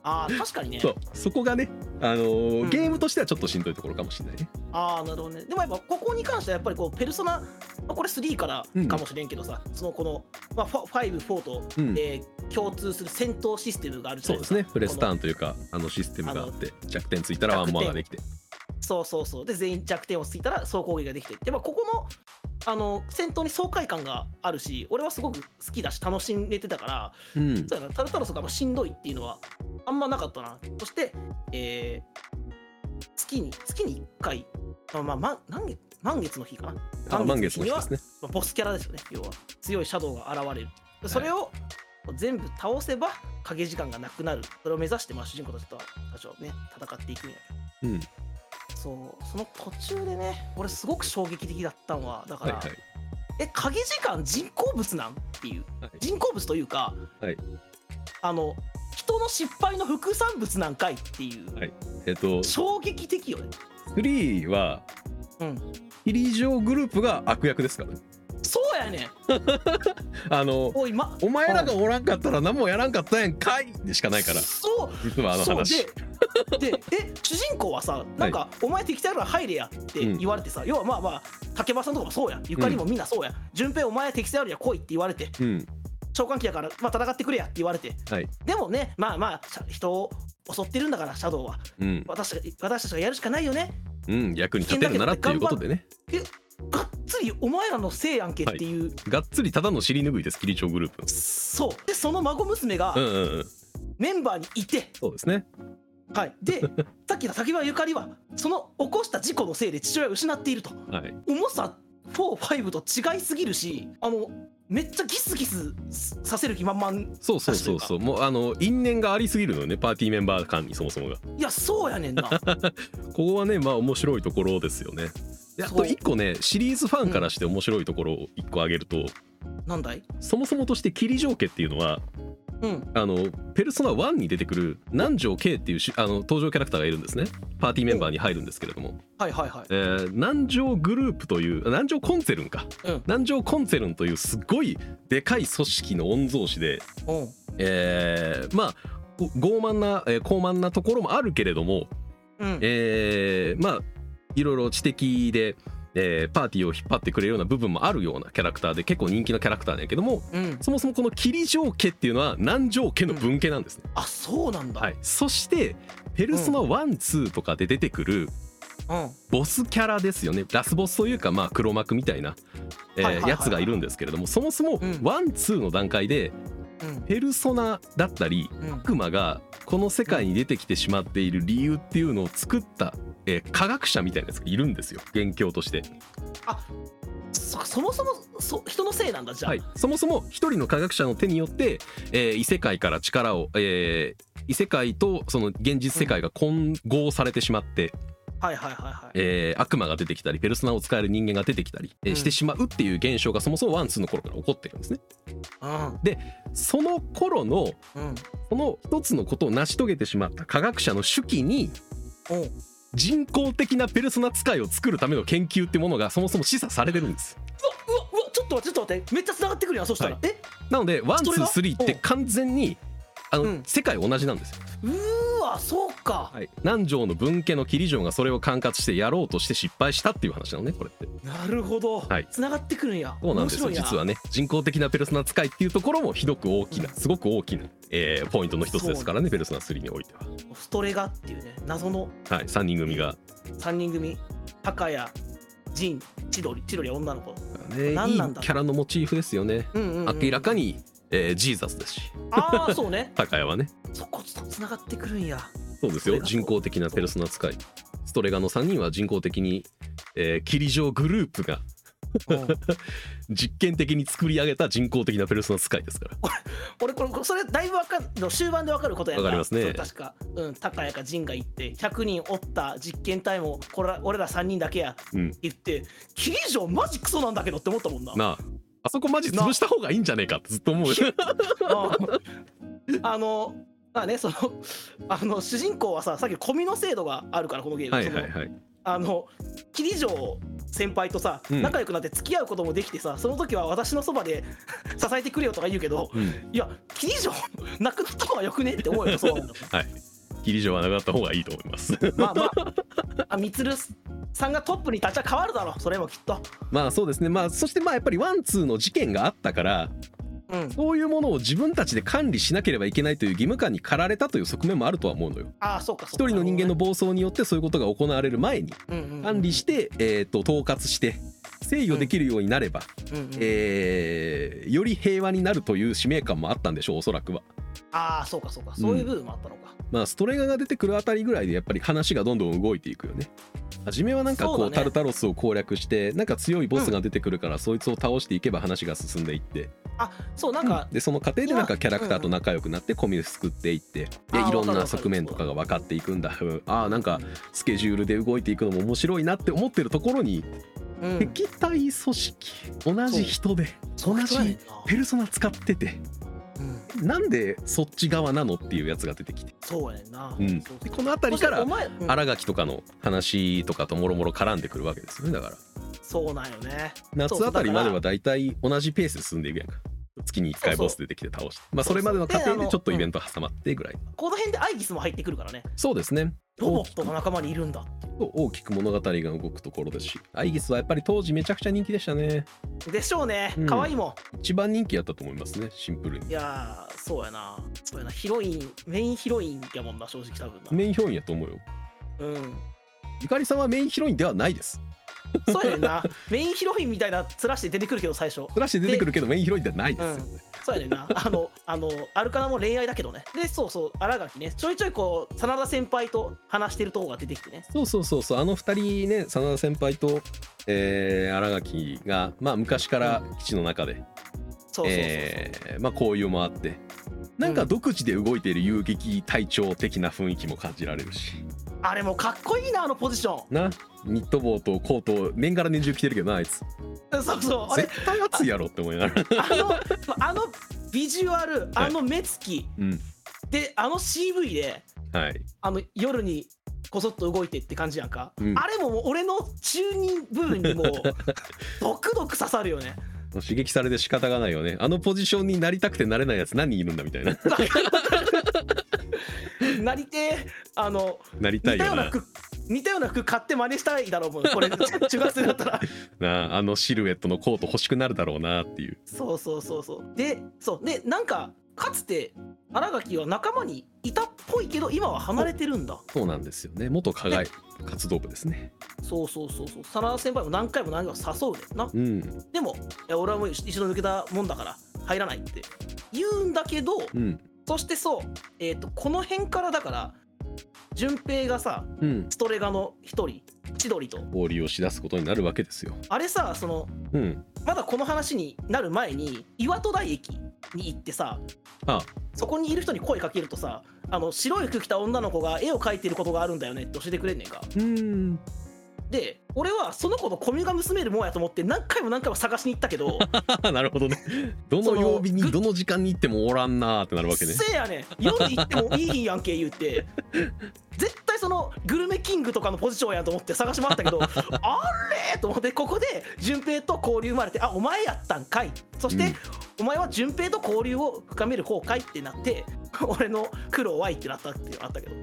[SPEAKER 1] あー確かにね
[SPEAKER 2] そうそこがね、あのー
[SPEAKER 1] うん
[SPEAKER 2] ゲームとしてはちょっとしんどいところかもしれないね
[SPEAKER 1] ああなるほどねでもやっぱここに関してはやっぱりこうペルソナまあこれ3からかもしれんけどさ、そのこの、まあ、54と、
[SPEAKER 2] うん
[SPEAKER 1] えー共通する戦闘システムがあるじゃ
[SPEAKER 2] そ
[SPEAKER 1] な
[SPEAKER 2] う
[SPEAKER 1] いです
[SPEAKER 2] で
[SPEAKER 1] か
[SPEAKER 2] すねプレスターンというかあのシステムがあって弱点ついたらワンモアができて
[SPEAKER 1] そうそうそうで全員弱点をついたら総攻撃ができてでまあここのあの戦闘に爽快感があるし俺はすごく好きだし楽しめてたから
[SPEAKER 2] うん
[SPEAKER 1] そうやなタルタロスがまあしんどいっていうのはあんまなかったなそして、えー月に月に1回あまあ、ま、満月満月の日かな
[SPEAKER 2] あ満月の日
[SPEAKER 1] に
[SPEAKER 2] で
[SPEAKER 1] は
[SPEAKER 2] すね
[SPEAKER 1] まあボスキャラですよね要は強いシャドウが現れるでそれを全部倒せば影時間がなくなるそれを目指してまあ主人公たちと最初はね戦っていくんやけ
[SPEAKER 2] うん
[SPEAKER 1] どそうその途中でね俺すごく衝撃的だったのはだか
[SPEAKER 2] はい
[SPEAKER 1] ら、
[SPEAKER 2] はい
[SPEAKER 1] え影時間人工物なんっていう
[SPEAKER 2] はい
[SPEAKER 1] 人工物というか、
[SPEAKER 2] はい
[SPEAKER 1] あの人の失敗の副産物なんかいっていう、
[SPEAKER 2] はいえっと
[SPEAKER 1] 衝撃的よね
[SPEAKER 2] 3は
[SPEAKER 1] うん
[SPEAKER 2] キリジョグループが悪役ですからね
[SPEAKER 1] そうやねん
[SPEAKER 2] あの
[SPEAKER 1] おいま
[SPEAKER 2] お前らがおらんかったら何もやらんかったやんかいでしかないから
[SPEAKER 1] そう
[SPEAKER 2] 実はあの
[SPEAKER 1] そう
[SPEAKER 2] 話
[SPEAKER 1] ででえ主人公はさなんか、お前敵対ら入れや」って言われてさ、要はまあまあ竹場さんとかもそうやゆかりもみんなそうや「順、平お前敵対あるや来い」って言われて
[SPEAKER 2] うん
[SPEAKER 1] 召喚機やから、まあ、戦ってくれやって言われて、
[SPEAKER 2] はい
[SPEAKER 1] でもねまあまあシャ人を襲ってるんだからシャドウは
[SPEAKER 2] うん
[SPEAKER 1] 私私たちがやるしかないよね
[SPEAKER 2] うん役に立てるならっていうことでね
[SPEAKER 1] がっつりお前らのせいやんけっていう、
[SPEAKER 2] がっつりただの尻拭いですキリジョグループの
[SPEAKER 1] そうでその孫娘が
[SPEAKER 2] うんうんうん
[SPEAKER 1] メンバーにいて、
[SPEAKER 2] そうですね
[SPEAKER 1] はい、 でさっきの滝川ゆかりはその起こした事故のせいで父親を失っていると
[SPEAKER 2] はい
[SPEAKER 1] 重さ45と違いすぎるしあのめっちゃギスギスさせる気満々
[SPEAKER 2] そうそうそうそうもうあの因縁がありすぎるのよねパーティーメンバー間にそもそもが
[SPEAKER 1] いやそうやね んな
[SPEAKER 2] ここはねまあ面白いところですよねであ
[SPEAKER 1] そ
[SPEAKER 2] と
[SPEAKER 1] う
[SPEAKER 2] 一個ねシリーズファンからして面白いところを一個挙げると、
[SPEAKER 1] なんだい
[SPEAKER 2] そもそもとして霧城家っていうのは
[SPEAKER 1] うん
[SPEAKER 2] あのペルソナ1に出てくる南條圭っていうしあの登場キャラクターがいるんですねパーティーメンバーに入るんですけれども、
[SPEAKER 1] はいはいはい
[SPEAKER 2] えー南條グループという南條コンツェルンか
[SPEAKER 1] うん
[SPEAKER 2] 南條コンツェルンというすごいでかい組織の御曹司で、
[SPEAKER 1] うん
[SPEAKER 2] えーまあご傲慢な、えー高慢なところもあるけれども、
[SPEAKER 1] うん
[SPEAKER 2] えーまあいろいろ知的で、えーパーティーを引っ張ってくれるような部分もあるようなキャラクターで結構人気なキャラクターだけども
[SPEAKER 1] うん
[SPEAKER 2] そもそもこの霧城家っていうのは南條家の分家なんですね。
[SPEAKER 1] あそうなんだ、
[SPEAKER 2] はい、そして「ペルソナ12」とかで出てくる
[SPEAKER 1] うん
[SPEAKER 2] ボスキャラですよねラスボスというかまあ黒幕みたいなえ
[SPEAKER 1] はいはいはい
[SPEAKER 2] ー
[SPEAKER 1] はい
[SPEAKER 2] やつがいるんですけれどもそもそも
[SPEAKER 1] うん
[SPEAKER 2] 12の段階で
[SPEAKER 1] うん
[SPEAKER 2] ペルソナだったり
[SPEAKER 1] うん
[SPEAKER 2] 悪魔がこの世界に出てきてしまっている理由っていうのを作った、えー科学者みたいなやつがいるんですよ元凶として、
[SPEAKER 1] そそもそもそ人のせいなんだじゃあ、
[SPEAKER 2] はい、そもそも一人の科学者の手によって、えー異世界から力を、えー異世界とその現実世界が混合されてしまって、
[SPEAKER 1] はいはいはいはい
[SPEAKER 2] えー悪魔が出てきたりペルソナを使える人間が出てきたり、えー
[SPEAKER 1] うん
[SPEAKER 2] してしまうっていう現象がそもそもワンツーの頃から起こってるんですね。
[SPEAKER 1] うん
[SPEAKER 2] その頃の
[SPEAKER 1] うん
[SPEAKER 2] この一つのことを成し遂げてしまった科学者の手記に
[SPEAKER 1] おう
[SPEAKER 2] 人工的なペルソナ使いを作るための研究ってものがそもそも示唆されてるんです。
[SPEAKER 1] うわうわちょっと待ってちょっと待ってめっちゃ繋がってくるやんそしたら、
[SPEAKER 2] は
[SPEAKER 1] え
[SPEAKER 2] なのでワン
[SPEAKER 1] そ
[SPEAKER 2] ツ
[SPEAKER 1] れ
[SPEAKER 2] ー
[SPEAKER 1] が
[SPEAKER 2] スリーって
[SPEAKER 1] うん
[SPEAKER 2] 完全にあの、
[SPEAKER 1] うん
[SPEAKER 2] 世界同じなんですよ。
[SPEAKER 1] うーわそうか、
[SPEAKER 2] はい、南條の分家の桐城がそれを管轄してやろうとして失敗したっていう話なのねこれって
[SPEAKER 1] なるほど、
[SPEAKER 2] はい
[SPEAKER 1] 繋がってくるんや
[SPEAKER 2] そうなんですよ
[SPEAKER 1] 面白い
[SPEAKER 2] 実はね人工的なペルソナ使いっていうところもひどく大きなすごく大きな、えーポイントの一つですからねペルソナ3においては、
[SPEAKER 1] ストレガっていうね謎の
[SPEAKER 2] はい、3人組が、
[SPEAKER 1] 3人組タカヤジン千鳥千鳥は女の子
[SPEAKER 2] ね、いいキ
[SPEAKER 1] 何なんだ
[SPEAKER 2] ャラのモチーフですよね
[SPEAKER 1] うんうん、うん、
[SPEAKER 2] 明らかに、えージーザスだし
[SPEAKER 1] ああそうね
[SPEAKER 2] 高谷はね
[SPEAKER 1] そことつながってくるん や
[SPEAKER 2] そうです
[SPEAKER 1] それ
[SPEAKER 2] よ
[SPEAKER 1] が
[SPEAKER 2] 人工的なペルソナ使いストレガの3人は人工的に、えー、キリジョグループが
[SPEAKER 1] うん
[SPEAKER 2] 実験的に作り上げた人工的なペルソナ使いですから
[SPEAKER 1] 俺これこれそれだいぶわかんの終盤でわかることやん
[SPEAKER 2] わかりますね
[SPEAKER 1] それ確かうん高谷か陣が言って100人おった実験隊もこれ俺ら3人だけや
[SPEAKER 2] うん
[SPEAKER 1] 言って桐城マジクソなんだけどって思ったもんな
[SPEAKER 2] なああそこマジ潰した方がいいんじゃねえかってずっと思う
[SPEAKER 1] うんあのまあねそのあの主人公はささっきコミの制度があるからこのゲーム、
[SPEAKER 2] はいはい
[SPEAKER 1] その
[SPEAKER 2] はい
[SPEAKER 1] あの桐城先輩とさ
[SPEAKER 2] うん
[SPEAKER 1] 仲良くなって付き合うこともできてさ、その時は私のそばで 支えてくれよとか言うけど
[SPEAKER 2] うん
[SPEAKER 1] いや桐城なくなった方がよくねって思うよそうなんだ
[SPEAKER 2] はいキリジョはなくなった方がいいと思います
[SPEAKER 1] まあま あ、あみつるさんがトップに立ちは変わるだろう、それもきっと。
[SPEAKER 2] まあそうですねまあそしてまあやっぱりワンツーの事件があったから
[SPEAKER 1] うん、
[SPEAKER 2] そういうものを自分たちで管理しなければいけないという義務感に駆られたという側面もあるとは思うのよ
[SPEAKER 1] ああ、そうか、
[SPEAKER 2] 一人の人間の暴走によってそういうことが行われる前に管理
[SPEAKER 1] し、
[SPEAKER 2] して、えー、と統括して制御できるようになれば、
[SPEAKER 1] うんうん
[SPEAKER 2] えーより平和になるという使命感もあったんでしょうおそらくは。
[SPEAKER 1] ああ、そうか、そうか、そういう部分もあったのか。
[SPEAKER 2] まあストレガが出てくるあたりぐらいでやっぱり話がどんどん動いていくよね。初めはなんかこう
[SPEAKER 1] そうだね
[SPEAKER 2] タルタロスを攻略してなんか強いボスが出てくるから、そいつを倒していけば話が進んでいって
[SPEAKER 1] あそう、なんか、
[SPEAKER 2] でその過程でなんかキャラクターと仲良くなってコミュ救っていってで
[SPEAKER 1] あー
[SPEAKER 2] いろん
[SPEAKER 1] わかるわか
[SPEAKER 2] な
[SPEAKER 1] る
[SPEAKER 2] 側面とかが分かっていくんだうんああなんかスケジュールで動いていくのも面白いなって思ってるところに
[SPEAKER 1] うん、
[SPEAKER 2] 敵対組織同じ人で同
[SPEAKER 1] そうやね
[SPEAKER 2] じ
[SPEAKER 1] ん
[SPEAKER 2] ペルソナ使ってて
[SPEAKER 1] な、うん、
[SPEAKER 2] なんでそっち側なのっていうやつが出てきて、
[SPEAKER 1] そうやねんな。
[SPEAKER 2] うん、
[SPEAKER 1] そう
[SPEAKER 2] で
[SPEAKER 1] そう
[SPEAKER 2] この辺りから
[SPEAKER 1] そしてお前うん
[SPEAKER 2] 新垣とかの話とかともろもろ絡んでくるわけですよねだから
[SPEAKER 1] そうなんよね。
[SPEAKER 2] 夏あたりまでは大体同じペースで進んでいくやんか月に1回
[SPEAKER 1] そうそう
[SPEAKER 2] ボス出てきて倒してまあ
[SPEAKER 1] そ
[SPEAKER 2] そう
[SPEAKER 1] そう
[SPEAKER 2] れまでの過
[SPEAKER 1] で
[SPEAKER 2] 程
[SPEAKER 1] あ
[SPEAKER 2] で
[SPEAKER 1] の
[SPEAKER 2] ちょっとイベント挟まってぐらい
[SPEAKER 1] この辺でアイギスも入ってくるからね。
[SPEAKER 2] そうですね
[SPEAKER 1] ロボットの仲間にいるんだ。
[SPEAKER 2] 大きく物語が動くところですしアイギスはやっぱり当時めちゃくちゃ人気でしたね
[SPEAKER 1] でしょうね
[SPEAKER 2] うん。
[SPEAKER 1] 可愛いも
[SPEAKER 2] 一番人気やったと思いますねシンプル
[SPEAKER 1] ん。
[SPEAKER 2] に
[SPEAKER 1] いやー、そうやな。そうやな。ヒロイン、メインヒロインやもんな、正直多分な。
[SPEAKER 2] メインヒロインやと思うよ
[SPEAKER 1] うん。
[SPEAKER 2] ゆかりさんはメインヒロインではないです
[SPEAKER 1] そうやねんな。 メインヒロインみたいな面して出てくるけど、最初。
[SPEAKER 2] フラッシュ出てくるけどメインヒロインではないですよ、
[SPEAKER 1] うんそうやねんな。あの、あの、アルカナも恋愛だけどね。で、そうそう、新垣ね、ちょいちょいこう、真田先輩と話してるとこが出てきてね。
[SPEAKER 2] そうそうそうそうあの二人ね真田先輩と、えー、新垣がまあ昔から基地の中で
[SPEAKER 1] そうそうそうそう。
[SPEAKER 2] えーまあ交流もあってなんか
[SPEAKER 1] うん
[SPEAKER 2] 独自で動いている遊撃隊長的な雰囲気も感じられるし、
[SPEAKER 1] あれもうかっこいいな、あのポジション。
[SPEAKER 2] なニット帽とコートを年がら年中着てるけどなあいつ
[SPEAKER 1] そうそう。あれ、
[SPEAKER 2] 絶対熱いやろって思いながら
[SPEAKER 1] あの、あのビジュアル、あの目つき、
[SPEAKER 2] うん
[SPEAKER 1] で、あの CV で、
[SPEAKER 2] はい
[SPEAKER 1] あの、夜に、こそっと動いてって感じやんか、
[SPEAKER 2] うん
[SPEAKER 1] あれももう俺の中二部分 にもうドクドク刺さるよね
[SPEAKER 2] 刺激されて仕方がないよねあのポジションになりたくてなれないやつ何人いるんだみたいな
[SPEAKER 1] なりてえあの
[SPEAKER 2] なりた
[SPEAKER 1] 似
[SPEAKER 2] い
[SPEAKER 1] たよ
[SPEAKER 2] よ
[SPEAKER 1] うな
[SPEAKER 2] な
[SPEAKER 1] 服似たような服買って真似したいだろうもんこ れ中学生だったら
[SPEAKER 2] なああのシルエットのコート欲しくなるだろうなっていう
[SPEAKER 1] そうそうそうそうでそうねなんかかつて新垣は仲間にいたっぽいけど今は離れてるんだ
[SPEAKER 2] そうなんですよね元課外活動部ですね
[SPEAKER 1] そうそうそうそう真田先輩も何回も何回も誘うでな
[SPEAKER 2] うん
[SPEAKER 1] でもいや俺はもう一度抜けたもんだから入らないって言うんだけど
[SPEAKER 2] うん
[SPEAKER 1] そしてそうえっ、とこの辺からだから順平がさ
[SPEAKER 2] うん
[SPEAKER 1] ストレガの一人千鳥と
[SPEAKER 2] 合流をしだすことになるわけですよ
[SPEAKER 1] あれさその
[SPEAKER 2] うん
[SPEAKER 1] まだこの話になる前に岩戸台駅に行ってさ
[SPEAKER 2] あ
[SPEAKER 1] そこにいる人に声かけるとさあの白い服着た女の子が絵を描いてることがあるんだよねって教えてくれんねんか
[SPEAKER 2] うん
[SPEAKER 1] で俺はその子のコミュが盗めるもんやと思って何回も何回も探しに行ったけど
[SPEAKER 2] あ なるほどねどの曜日
[SPEAKER 1] そ
[SPEAKER 2] に
[SPEAKER 1] の
[SPEAKER 2] どの時間に行ってもおらんなーってなるわけね
[SPEAKER 1] せやねん夜行ってもいいんやんけ言うて絶対そのグルメキングとかのポジションやと思って探し回ったけど あれと思ってここで順平と交流生まれてあお前やったんかいそして、
[SPEAKER 2] うん
[SPEAKER 1] お前は順平と交流を深める方かいってなって俺の苦労は生きなったっていうのあったけど、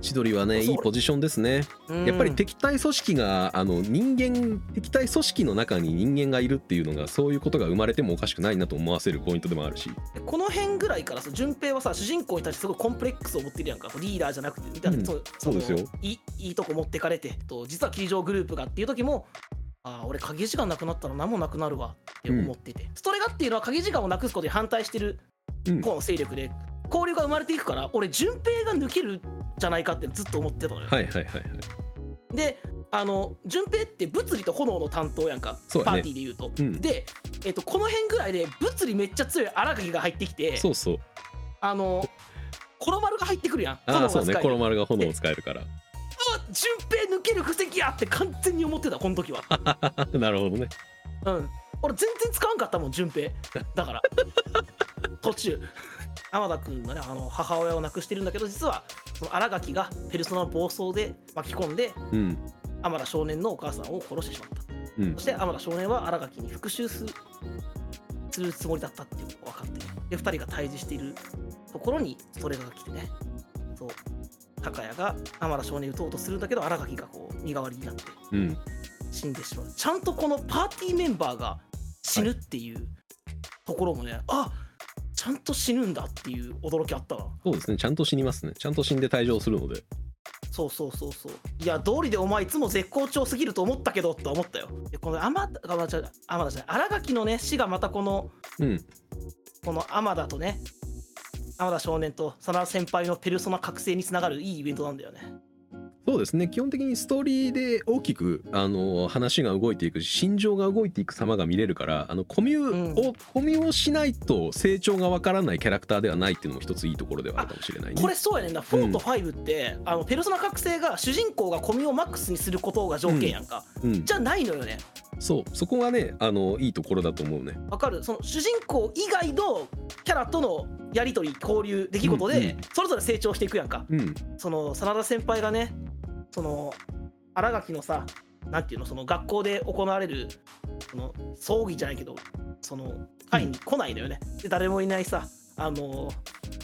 [SPEAKER 2] 千鳥はね
[SPEAKER 1] そう
[SPEAKER 2] いいポジションですねやっぱり敵対組織があの人間敵対組織の中に人間がいるっていうのがそういうことが生まれてもおかしくないなと思わせるポイントでもあるし
[SPEAKER 1] でこの辺ぐらいからさ順平はさ主人公に対してすごいコンプレックスを持ってるやんかリーダーじゃなくてみたいな、
[SPEAKER 2] うん
[SPEAKER 1] そう
[SPEAKER 2] そうですよ
[SPEAKER 1] のいいいいとこ持ってかれてと実は霧状グループがっていう時もああ俺影時間なくなったら何もなくなるわって思ってて、それがっていうのは影時間をなくすことに反対してる
[SPEAKER 2] うん
[SPEAKER 1] この勢力で交流が生まれていくから俺順平が抜けるじゃないかってずっと思ってたのよ、
[SPEAKER 2] はいはいはいはい
[SPEAKER 1] であの順平って物理と炎の担当やんか、
[SPEAKER 2] そう
[SPEAKER 1] パ
[SPEAKER 2] やね
[SPEAKER 1] ーティーで言うと、
[SPEAKER 2] うん
[SPEAKER 1] で、えっとこの辺ぐらいで物理めっちゃ強い荒垣が入ってきて
[SPEAKER 2] そうそう
[SPEAKER 1] あのコロマルが入ってくるやん
[SPEAKER 2] ああそうね
[SPEAKER 1] 使え
[SPEAKER 2] コ
[SPEAKER 1] る
[SPEAKER 2] ロマルが炎を使えるから
[SPEAKER 1] うわ順平抜ける布石やって完全に思ってたこの時 は
[SPEAKER 2] なるほどね
[SPEAKER 1] うん俺全然使わんかったもん順平だから 途中天田君がねあの母親を亡くしてるんだけど実はその新垣がペルソナの暴走で巻き込んで
[SPEAKER 2] うん
[SPEAKER 1] 天田少年のお母さんを殺してしまった
[SPEAKER 2] うん
[SPEAKER 1] そして天田少年は新垣に復讐するするつもりだったっていうのが分かってで2人が対峙しているところにそれが来てねそう高谷が天田少年を撃とうとするんだけど新垣がこう身代わりになって
[SPEAKER 2] うん
[SPEAKER 1] 死んでしまうちゃんとこのパーティーメンバーが死ぬっていうところもね、あちゃんと死ぬんだっていう驚きあったわ
[SPEAKER 2] そうですねちゃんと死にますねちゃんと死んで退場するので
[SPEAKER 1] そうそうそうそういや道理でお前いつも絶好調すぎると思ったけどとは思ったよでこの天田あじゃあ天田じゃない新垣のね死がまたこの
[SPEAKER 2] うん
[SPEAKER 1] この天田とね天田少年と真田先輩のペルソナ覚醒につながるいいイベントなんだよね
[SPEAKER 2] そうですね基本的にストーリーで大きくあの話が動いていくし心情が動いていく様が見れるからあのコミュを、コミュをしないと成長がわからないキャラクターではないっていうのも一ついいところではあるかもしれないね。
[SPEAKER 1] これそうやねんな4と5って、あのペルソナ覚醒が主人公がコミをマックスにすることが条件やんか、
[SPEAKER 2] うん、
[SPEAKER 1] じゃないのよね
[SPEAKER 2] そうそこがねあのいいところだと思うね。
[SPEAKER 1] わかるその主人公以外のキャラとのやり取り交流出来事で、
[SPEAKER 2] うんうん
[SPEAKER 1] それぞれ成長していくやんか
[SPEAKER 2] うん
[SPEAKER 1] その真田先輩がねその新垣のさなんていうのその学校で行われるその葬儀じゃないけどその会に来ないのよね、で誰もいないさあの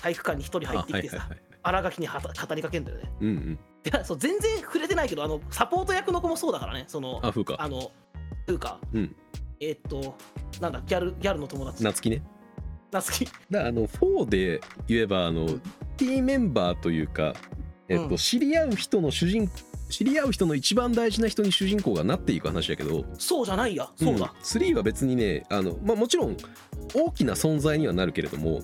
[SPEAKER 1] 体育館に一人入ってきてさ、
[SPEAKER 2] あはいはいはい
[SPEAKER 1] 新垣にはた語りかけんだよね
[SPEAKER 2] うんうん、
[SPEAKER 1] いやそう全然触れてないけどあのサポート役の子もそうだからねその
[SPEAKER 2] あふう
[SPEAKER 1] あ
[SPEAKER 2] か
[SPEAKER 1] のというか、
[SPEAKER 2] うん
[SPEAKER 1] えーっとなんだギャルギャルの友達
[SPEAKER 2] 夏希ね。
[SPEAKER 1] 夏希
[SPEAKER 2] だからあの4で言えばあの
[SPEAKER 1] ん
[SPEAKER 2] T メンバーというか、えっ
[SPEAKER 1] うん
[SPEAKER 2] と、知り合う人の主人知り合う人の一番大事な人に主人公がなっていく話だけど
[SPEAKER 1] そうじゃないやそうだ
[SPEAKER 2] ん、3は別にねあの、まあ、もちろん大きな存在にはなるけれども、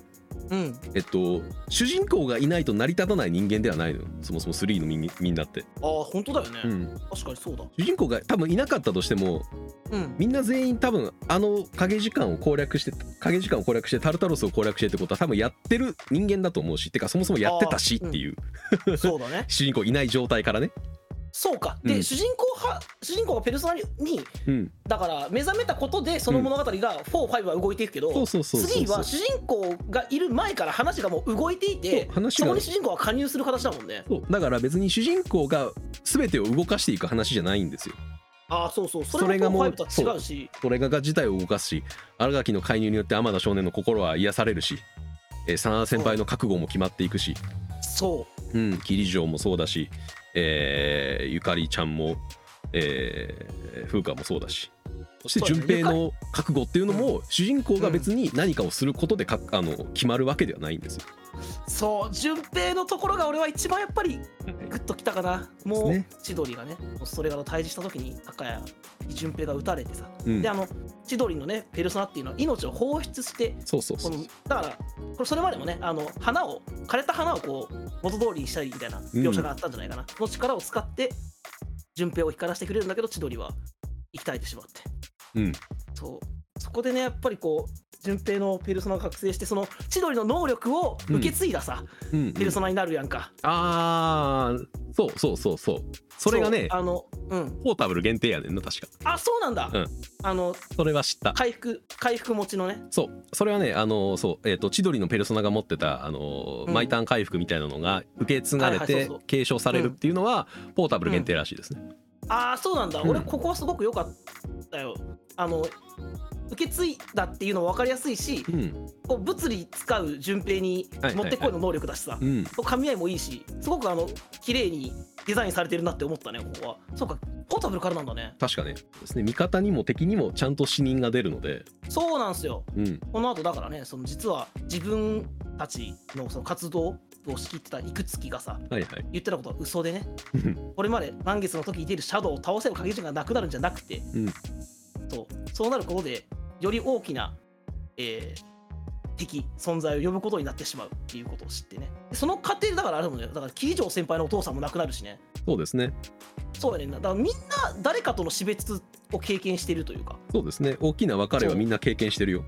[SPEAKER 1] うん
[SPEAKER 2] えっと、主人公がいないと成り立たない人間ではないのよそもそも3のみんみんなって、
[SPEAKER 1] ああ本当だよね、
[SPEAKER 2] うん
[SPEAKER 1] 確かにそうだ
[SPEAKER 2] 主人公が多分いなかったとしても
[SPEAKER 1] うん
[SPEAKER 2] みんな全員多分あの影時間を攻略して影時間を攻略してタルタロスを攻略してってことは多分やってる人間だと思うしてかそもそもやってたしっていう、
[SPEAKER 1] そうだね
[SPEAKER 2] 主人公いない状態からね、
[SPEAKER 1] そうかで、
[SPEAKER 2] うん
[SPEAKER 1] 主人公は主人公がペルソナに
[SPEAKER 2] うん、
[SPEAKER 1] だから目覚めたことでその物語が45は動いていくけど、
[SPEAKER 2] そうそうそうそう
[SPEAKER 1] 3
[SPEAKER 2] そう
[SPEAKER 1] は主人公がいる前から話がもう動いていて
[SPEAKER 2] そう話
[SPEAKER 1] そ
[SPEAKER 2] が
[SPEAKER 1] こに主人公が加入する形だもんね
[SPEAKER 2] そうだから別に主人公が全てを動かしていく話じゃないんですよ
[SPEAKER 1] ああそうそうそ
[SPEAKER 2] そ
[SPEAKER 1] れ
[SPEAKER 2] れ
[SPEAKER 1] が
[SPEAKER 2] が
[SPEAKER 1] も
[SPEAKER 2] もう
[SPEAKER 1] 5とは違うし
[SPEAKER 2] それが自体を動かすし新垣の介入によって天田少年の心は癒されるし、えー真田先輩の覚悟も決まっていくし、
[SPEAKER 1] そう
[SPEAKER 2] うん、桐城もそうだし、えーゆかりちゃんも、えー風花もそうだしそして
[SPEAKER 1] そう
[SPEAKER 2] 順
[SPEAKER 1] ね
[SPEAKER 2] 平の覚悟っていうのも主人公が別に何かをすることでかあの決まるわけではないんですよ。
[SPEAKER 1] そう順平のところが俺は一番やっぱりグッときたかなも
[SPEAKER 2] で
[SPEAKER 1] う
[SPEAKER 2] すね
[SPEAKER 1] 千鳥がねそれから対峙した時に高谷に順平が撃たれてさ、
[SPEAKER 2] うん
[SPEAKER 1] であの千鳥のねペルソナっていうのは命を放出して
[SPEAKER 2] そうそうそ
[SPEAKER 1] こ
[SPEAKER 2] う
[SPEAKER 1] のだからこれそれまでもねあの花を枯れた花をこう元通りにしたりみたいな描写があったんじゃないかな、その力を使って順平を光らせてくれるんだけど千鳥は生き絶えてしまって
[SPEAKER 2] うん
[SPEAKER 1] そうそこでねやっぱりこう順平のペルソナが覚醒してその千鳥の能力を受け継いださ、
[SPEAKER 2] うんうん
[SPEAKER 1] ペルソナになるやんか、
[SPEAKER 2] あーそうそうそうそうそれがね
[SPEAKER 1] そうあのうん
[SPEAKER 2] ポータブル限定やねんな確か
[SPEAKER 1] あそうなんだ、
[SPEAKER 2] うん
[SPEAKER 1] あの
[SPEAKER 2] それは知った
[SPEAKER 1] 回復回復持ちのね
[SPEAKER 2] そうそれはねあのそう、えー、と千鳥のペルソナが持ってたあの、
[SPEAKER 1] うん
[SPEAKER 2] マイターン回復みたいなのが受け継が
[SPEAKER 1] はい
[SPEAKER 2] れ
[SPEAKER 1] はい
[SPEAKER 2] て
[SPEAKER 1] そうそう
[SPEAKER 2] 継承されるっていうのは、ポータブル限定らしいですね、
[SPEAKER 1] ああそうなんだ、
[SPEAKER 2] うん
[SPEAKER 1] 俺ここはすごく良かったよあの受け継いだっていうのも分かりやすいし
[SPEAKER 2] うん
[SPEAKER 1] こう物理使う順平に
[SPEAKER 2] はい
[SPEAKER 1] 持ってこいの能力だしさ、
[SPEAKER 2] うん
[SPEAKER 1] こう噛み合いもいいしすごくあの綺麗にデザインされてるなって思ったねここはそうかポータブルからなんだね
[SPEAKER 2] 確かねそうですね味方にも敵にもちゃんと死人が出るので、
[SPEAKER 1] そうなんですよ
[SPEAKER 2] うん、
[SPEAKER 1] この後だからねその実は自分たちのその活動を仕切ってた幾月がさ
[SPEAKER 2] はいはい
[SPEAKER 1] 言ってたことは嘘でね
[SPEAKER 2] うん
[SPEAKER 1] これまで満月の時に出るシャドウを倒せば影順がなくなるんじゃなくて、
[SPEAKER 2] うん
[SPEAKER 1] そうそうなることでより大きな、えー敵存在を呼ぶことになってしまうっていうことを知ってねその過程だからあれだもんねだから桐城先輩のお父さんも亡くなるしね
[SPEAKER 2] そうですね
[SPEAKER 1] そうやねんなだからみんな誰かとの死別を経験してるというか
[SPEAKER 2] そうですね大きな別れはみんな経験してるよ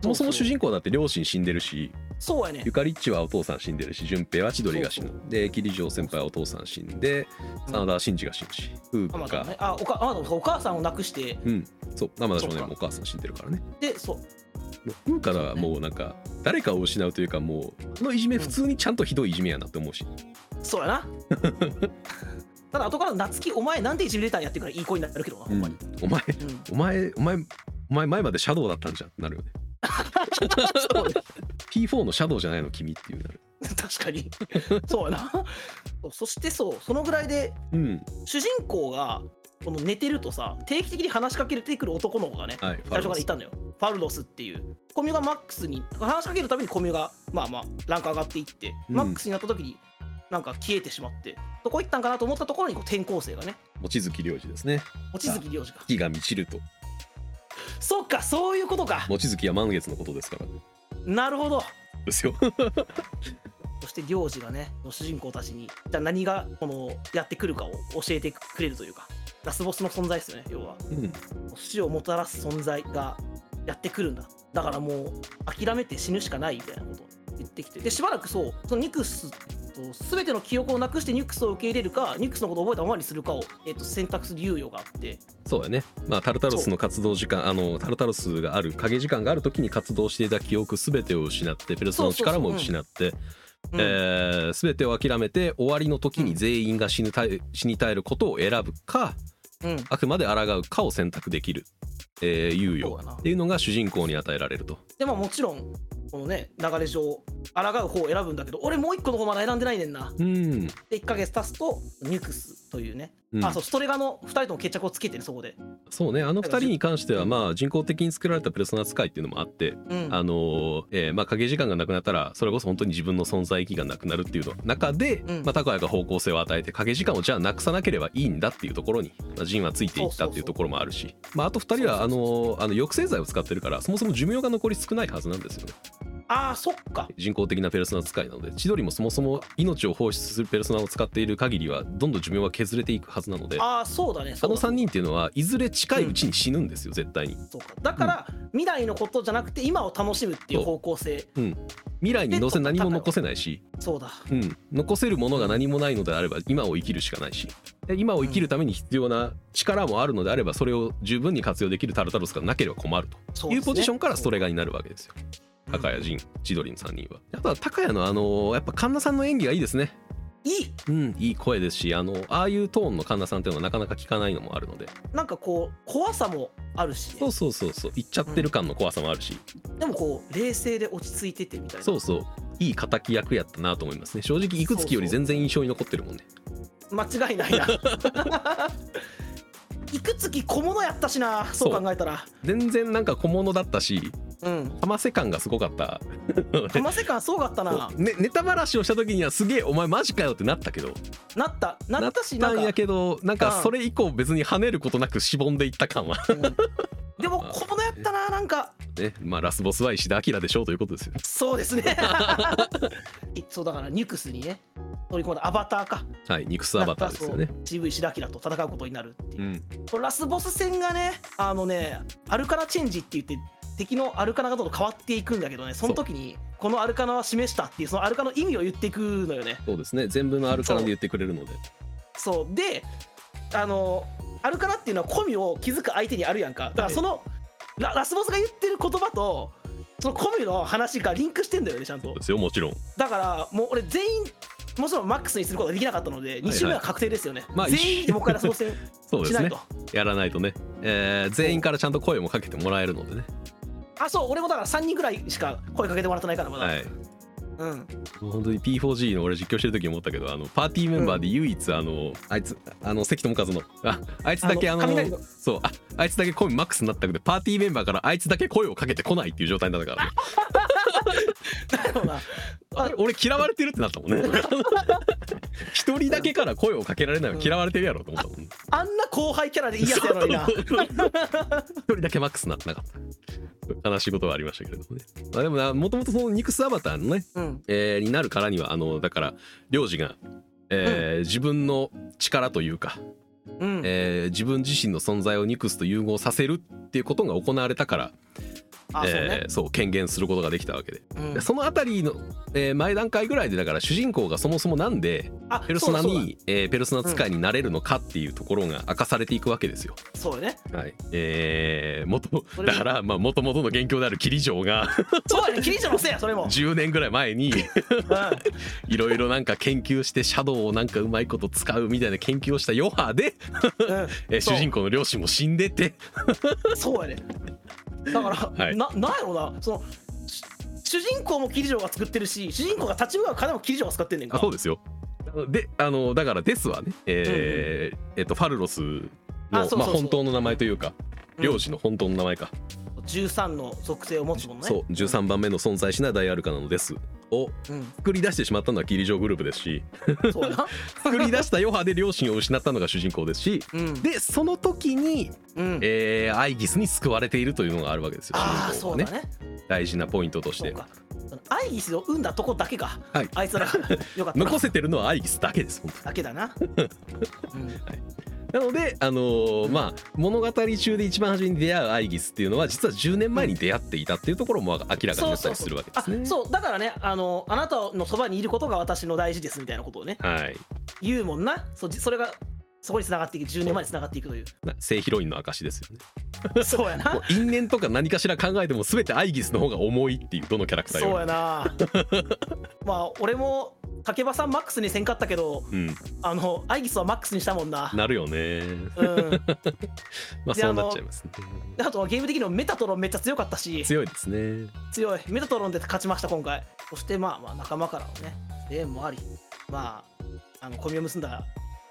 [SPEAKER 2] そもそも主人公だって両親死んでるし
[SPEAKER 1] そうやね
[SPEAKER 2] ゆかりっちはお父さん死んでるし順平は千鳥が死ぬ
[SPEAKER 1] そう
[SPEAKER 2] で桐城先輩はお父さん死んで
[SPEAKER 1] うん
[SPEAKER 2] 真田真治が死ぬし夫
[SPEAKER 1] あま
[SPEAKER 2] 婦
[SPEAKER 1] だ
[SPEAKER 2] が、
[SPEAKER 1] ねあおかあまだお母さんを亡くして
[SPEAKER 2] うんそう生田少年
[SPEAKER 1] そう
[SPEAKER 2] も
[SPEAKER 1] か
[SPEAKER 2] お母さん死んでるからね
[SPEAKER 1] でそう
[SPEAKER 2] 風花はもうなんか誰かを失うというかもうこのいじめ普通にちゃんとひどいいじめやなって思うし
[SPEAKER 1] そうやなただ後から夏希お前なんでいじめれたんやってからいい子になるけどなほんまに、
[SPEAKER 2] お前
[SPEAKER 1] うん
[SPEAKER 2] お前お前お前前までシャドウだったんじゃんってな るよね P4 のシャドウじゃないの君っていうなる
[SPEAKER 1] 確かにそうやなそうそしてそうそのぐらいで
[SPEAKER 2] うん
[SPEAKER 1] 主人公がこの寝てるとさ定期的に話しかけてくる男の子がね
[SPEAKER 2] はい
[SPEAKER 1] 最初からいたのよファルロスっていうコミュがマックスに話しかけるためにコミュがまあまあランク上がっていって、
[SPEAKER 2] うん
[SPEAKER 1] マックスになった時になんか消えてしまってどこ行ったんかなと思ったところにこう転校生がね
[SPEAKER 2] 望月良二ですね
[SPEAKER 1] 望月良二が
[SPEAKER 2] 月が満ちると
[SPEAKER 1] そっかそういうことか
[SPEAKER 2] 望月は満月のことですからね
[SPEAKER 1] なるほど
[SPEAKER 2] ですよ
[SPEAKER 1] そして領事がね、主人公たちに、じゃあ何がこのやってくるかを教えてくれるというか、ラスボスの存在ですよね、要は。
[SPEAKER 2] うん
[SPEAKER 1] 死をもたらす存在がやってくるんだ。だからもう、諦めて死ぬしかないみたいなことを言ってきて、で、しばらくそう、そのニクスと、すべての記憶をなくしてニクスを受け入れるか、ニクスのことを覚えたままにするかを、えっと選択する猶予があって、
[SPEAKER 2] そうだねまあタルタロスの活動時間あのタルタロスがある影時間がある時に活動していた記憶全てを失ってペルソナの力も失って
[SPEAKER 1] うん
[SPEAKER 2] えー全てを諦めて終わりの時に全員が死ぬたい死に絶えることを選ぶか
[SPEAKER 1] うん、
[SPEAKER 2] あくまで抗うかを選択できる、えー、猶
[SPEAKER 1] そう
[SPEAKER 2] 予
[SPEAKER 1] だな
[SPEAKER 2] っていうのが主人公に与えられると
[SPEAKER 1] でまあもちろんこのね流れ上抗う方を選ぶんだけど俺もう一個の方まだ選んでないねんな
[SPEAKER 2] うん
[SPEAKER 1] で1ヶ月経つとニュクスというね、
[SPEAKER 2] うん
[SPEAKER 1] あそうストレガの2人とも決着をつけてるそこで、
[SPEAKER 2] そうねあの2人に関してはまあ人工的に作られたペルソナ使いっていうのもあって
[SPEAKER 1] うん、
[SPEAKER 2] あのーえーまあ影時間がなくなったらそれこそ本当に自分の存在意義がなくなるっていうの中で、
[SPEAKER 1] うん
[SPEAKER 2] まあ、高谷が方向性を与えて影時間をじゃあなくさなければいいんだっていうところに、まあ、ジンはついていったっていうところもあるしまあ、あと2人は
[SPEAKER 1] そ
[SPEAKER 2] あ
[SPEAKER 1] う
[SPEAKER 2] の
[SPEAKER 1] そう
[SPEAKER 2] ーあの抑制剤を使ってるからそもそも寿命が残り少ないはずなんですよね
[SPEAKER 1] あーそっか
[SPEAKER 2] 人工的なペルソナ使いなので千鳥もそもそも命を放出するペルソナを使っている限りはどんどん寿命は削れていくはずなのであ
[SPEAKER 1] あーそうだねそう
[SPEAKER 2] の
[SPEAKER 1] だ
[SPEAKER 2] 3人っていうのはいずれ近いうちに死ぬんですよ絶対に
[SPEAKER 1] そうかだから、未来のことじゃなくて今を楽しむっていう方向性
[SPEAKER 2] 未来にどうせ
[SPEAKER 1] で
[SPEAKER 2] 何も残せないし
[SPEAKER 1] そうだ
[SPEAKER 2] うん、残せるものが何もないのであれば今を生きるしかないしで今を生きるために必要な力もあるのであればそれを十分に活用できるタルタロスがなければ困る
[SPEAKER 1] そ
[SPEAKER 2] と
[SPEAKER 1] うで
[SPEAKER 2] い
[SPEAKER 1] すね
[SPEAKER 2] うポジションからストレガになるわけですよ
[SPEAKER 1] うん
[SPEAKER 2] 高谷仁千鳥の3人はあとは高谷のあのやっぱ神田さんの演技がいいですね
[SPEAKER 1] いい
[SPEAKER 2] うんいい声ですしあのああいうトーンの神田さんっていうのはなかなか聞かないのもあるので
[SPEAKER 1] なんかこう怖さもあるしね、
[SPEAKER 2] そうそうそうそう言っちゃってる感の怖さもあるし
[SPEAKER 1] でもこう冷静で落ち着いててみたいな
[SPEAKER 2] そうそういい敵役やったなと思いますね正直いくつきより全然印象に残ってるもんね
[SPEAKER 1] 間違い ないないくつき小物やったしなそう考えたら
[SPEAKER 2] 全然なんか小物だったし
[SPEAKER 1] うん
[SPEAKER 2] かませ感がすごかった
[SPEAKER 1] 浜瀬感すごかったな
[SPEAKER 2] ね、ネタばらしをした時にはすげえお前マジかよってなったけど
[SPEAKER 1] なったなったし
[SPEAKER 2] な
[SPEAKER 1] な
[SPEAKER 2] っ
[SPEAKER 1] ん
[SPEAKER 2] たん
[SPEAKER 1] か
[SPEAKER 2] やけどなんか
[SPEAKER 1] うん
[SPEAKER 2] それ以降別に跳ねることなくしぼんでいった感は
[SPEAKER 1] でも小物やったななんか
[SPEAKER 2] ねまあラスボスは石田明でしょうということですよ
[SPEAKER 1] そうですね そうだからニュクスにね取り込んだアバターか
[SPEAKER 2] はい肉スアバターですよね
[SPEAKER 1] なんかそう渋い白木らと戦うことになるっていうう、
[SPEAKER 2] ん
[SPEAKER 1] これラスボス戦がねあのねアルカナチェンジって言って敵のアルカナがどんどん変わっていくんだけどねその時にこのアルカナは示したっていうそのアルカナの意味を言っていくのよね
[SPEAKER 2] そうですね全部のアルカナで言ってくれるので
[SPEAKER 1] そうであのアルカナっていうのはコミを気づく相手にあるやんかだからその、ララスボスが言ってる言葉とそのコミの話がリンクしてんだよねちゃんと
[SPEAKER 2] そうですよもちろん
[SPEAKER 1] だからもう俺全員もちろんマックスにすることができなかったので、2周目は確定ですよね。
[SPEAKER 2] まあ
[SPEAKER 1] 全員でもう一回ラスボス戦
[SPEAKER 2] そうで
[SPEAKER 1] し
[SPEAKER 2] す
[SPEAKER 1] ない
[SPEAKER 2] ね
[SPEAKER 1] と。
[SPEAKER 2] やらないとね、えー全員からちゃんと声もかけてもらえるのでね
[SPEAKER 1] あ、そう、俺もだから3人ぐらいしか声かけてもらってないから、まだ。
[SPEAKER 2] はい
[SPEAKER 1] うん。
[SPEAKER 2] もう本当に P4G の俺実況してる時思ったけどあのパーティーメンバーで唯一、あのあいつあの関智一のああいつだけあの
[SPEAKER 1] 雷の
[SPEAKER 2] そうああいつだけ声マックスになったけどパーティーメンバーからあいつだけ声をかけてこないっていう状態になったからね、
[SPEAKER 1] なるほどな。あ
[SPEAKER 2] あれ俺嫌われてるってなったもんね 一人だけから声をかけられないの嫌われてるやろと思ったもん、
[SPEAKER 1] あんな後輩キャラでいいやつやのに な。
[SPEAKER 2] 一人だけマックスになってなかった悲しいことはありましたけれどもね、まあ、でもなもともとそのニクスアバターのね
[SPEAKER 1] うん。
[SPEAKER 2] えーになるからにはあのだから領事が、えー自分の力というか、
[SPEAKER 1] うん。
[SPEAKER 2] えー自分自身の存在をニクスと融合させるっていうことが行われたから
[SPEAKER 1] あ、そう
[SPEAKER 2] え
[SPEAKER 1] ね
[SPEAKER 2] ー。そう権限することができたわけで、
[SPEAKER 1] うん
[SPEAKER 2] でそのあたりの、えー前段階ぐらいでだから主人公がそもそもなんで
[SPEAKER 1] あ
[SPEAKER 2] ペルソナ
[SPEAKER 1] そうだ
[SPEAKER 2] に、えーペルソナ使いになれるのかっていうところが明かされていくわけですよ。
[SPEAKER 1] そうだそうだね。
[SPEAKER 2] はいえー元
[SPEAKER 1] それ
[SPEAKER 2] だからまあ元々の元凶であるキリジョウが
[SPEAKER 1] そうだね。キリシャのせいや、それも。
[SPEAKER 2] 10年ぐらい前に
[SPEAKER 1] う
[SPEAKER 2] いろいろなんか研究してシャドウをなんかうまいこと使うみたいな研究をした余波
[SPEAKER 1] ん。
[SPEAKER 2] で、
[SPEAKER 1] うん
[SPEAKER 2] えー
[SPEAKER 1] そう
[SPEAKER 2] 主人公の両親も死んでて
[SPEAKER 1] そうやね。だから、
[SPEAKER 2] はい
[SPEAKER 1] ななんやろうな、そのし主人公もキリジョウが作ってるし、主人公が立ち向かう金もキリジョウが使ってんねんか
[SPEAKER 2] あ
[SPEAKER 1] ら。
[SPEAKER 2] そうですよであのだからデスはね、えーえっとファルロスの
[SPEAKER 1] あそうそうそう
[SPEAKER 2] まあ、本当の名前というか
[SPEAKER 1] うん
[SPEAKER 2] 領事の本当の名前か、
[SPEAKER 1] 13の属性を持つもんね。
[SPEAKER 2] そう13番目の存在しない大アルカナのデスを
[SPEAKER 1] うん。
[SPEAKER 2] 作り出してしまったのはキリジョグループで すし
[SPEAKER 1] そうやな。
[SPEAKER 2] 作り出した余波で両親を失ったのが主人公ですし
[SPEAKER 1] うん。
[SPEAKER 2] でその時に、
[SPEAKER 1] うん、
[SPEAKER 2] えーアイギスに救われているというのがあるわけですよ
[SPEAKER 1] ああ、
[SPEAKER 2] 主人
[SPEAKER 1] そ
[SPEAKER 2] 公
[SPEAKER 1] う
[SPEAKER 2] が
[SPEAKER 1] だ
[SPEAKER 2] ね
[SPEAKER 1] ね。
[SPEAKER 2] 大事なポイントとし
[SPEAKER 1] そう
[SPEAKER 2] て
[SPEAKER 1] か。そのアイギスを生んだとこだけか。
[SPEAKER 2] はい
[SPEAKER 1] あいつら がよかったな。
[SPEAKER 2] 残せてるのはアイギスだけです本当に
[SPEAKER 1] だけだな。 うん。
[SPEAKER 2] なので、あのー
[SPEAKER 1] うん
[SPEAKER 2] まあ、物語中で一番初めに出会うアイギスっていうのは実は10年前に出会っていたっていうところも明らかになったりするわけですね。
[SPEAKER 1] あそうだからねあのあなたのそばにいることが私の大事ですみたいなことをね
[SPEAKER 2] はい、
[SPEAKER 1] 言うもんなそうじそれがそこに繋がっていく10年前に繋がっていくという
[SPEAKER 2] な正ヒロインの証ですよね。
[SPEAKER 1] そうや
[SPEAKER 2] も
[SPEAKER 1] な
[SPEAKER 2] う因縁とか何かしら考えても全てアイギスの方が重いっていうどのキャラクター
[SPEAKER 1] そう
[SPEAKER 2] よ
[SPEAKER 1] やなまあ俺も竹場さんマックスにせんかったけど
[SPEAKER 2] りも。
[SPEAKER 1] あのアイギスはマックスにしたもんな
[SPEAKER 2] うん、なるよね。
[SPEAKER 1] うん、で
[SPEAKER 2] まあ
[SPEAKER 1] で
[SPEAKER 2] そうなっちゃいますね。
[SPEAKER 1] あとはゲーム的にもメタトロンめっちゃ強かったし
[SPEAKER 2] 強いですね。
[SPEAKER 1] 強いメタトロンで勝ちました今回そしてまあまあ仲間からのね声援もありまああのコミを結んだ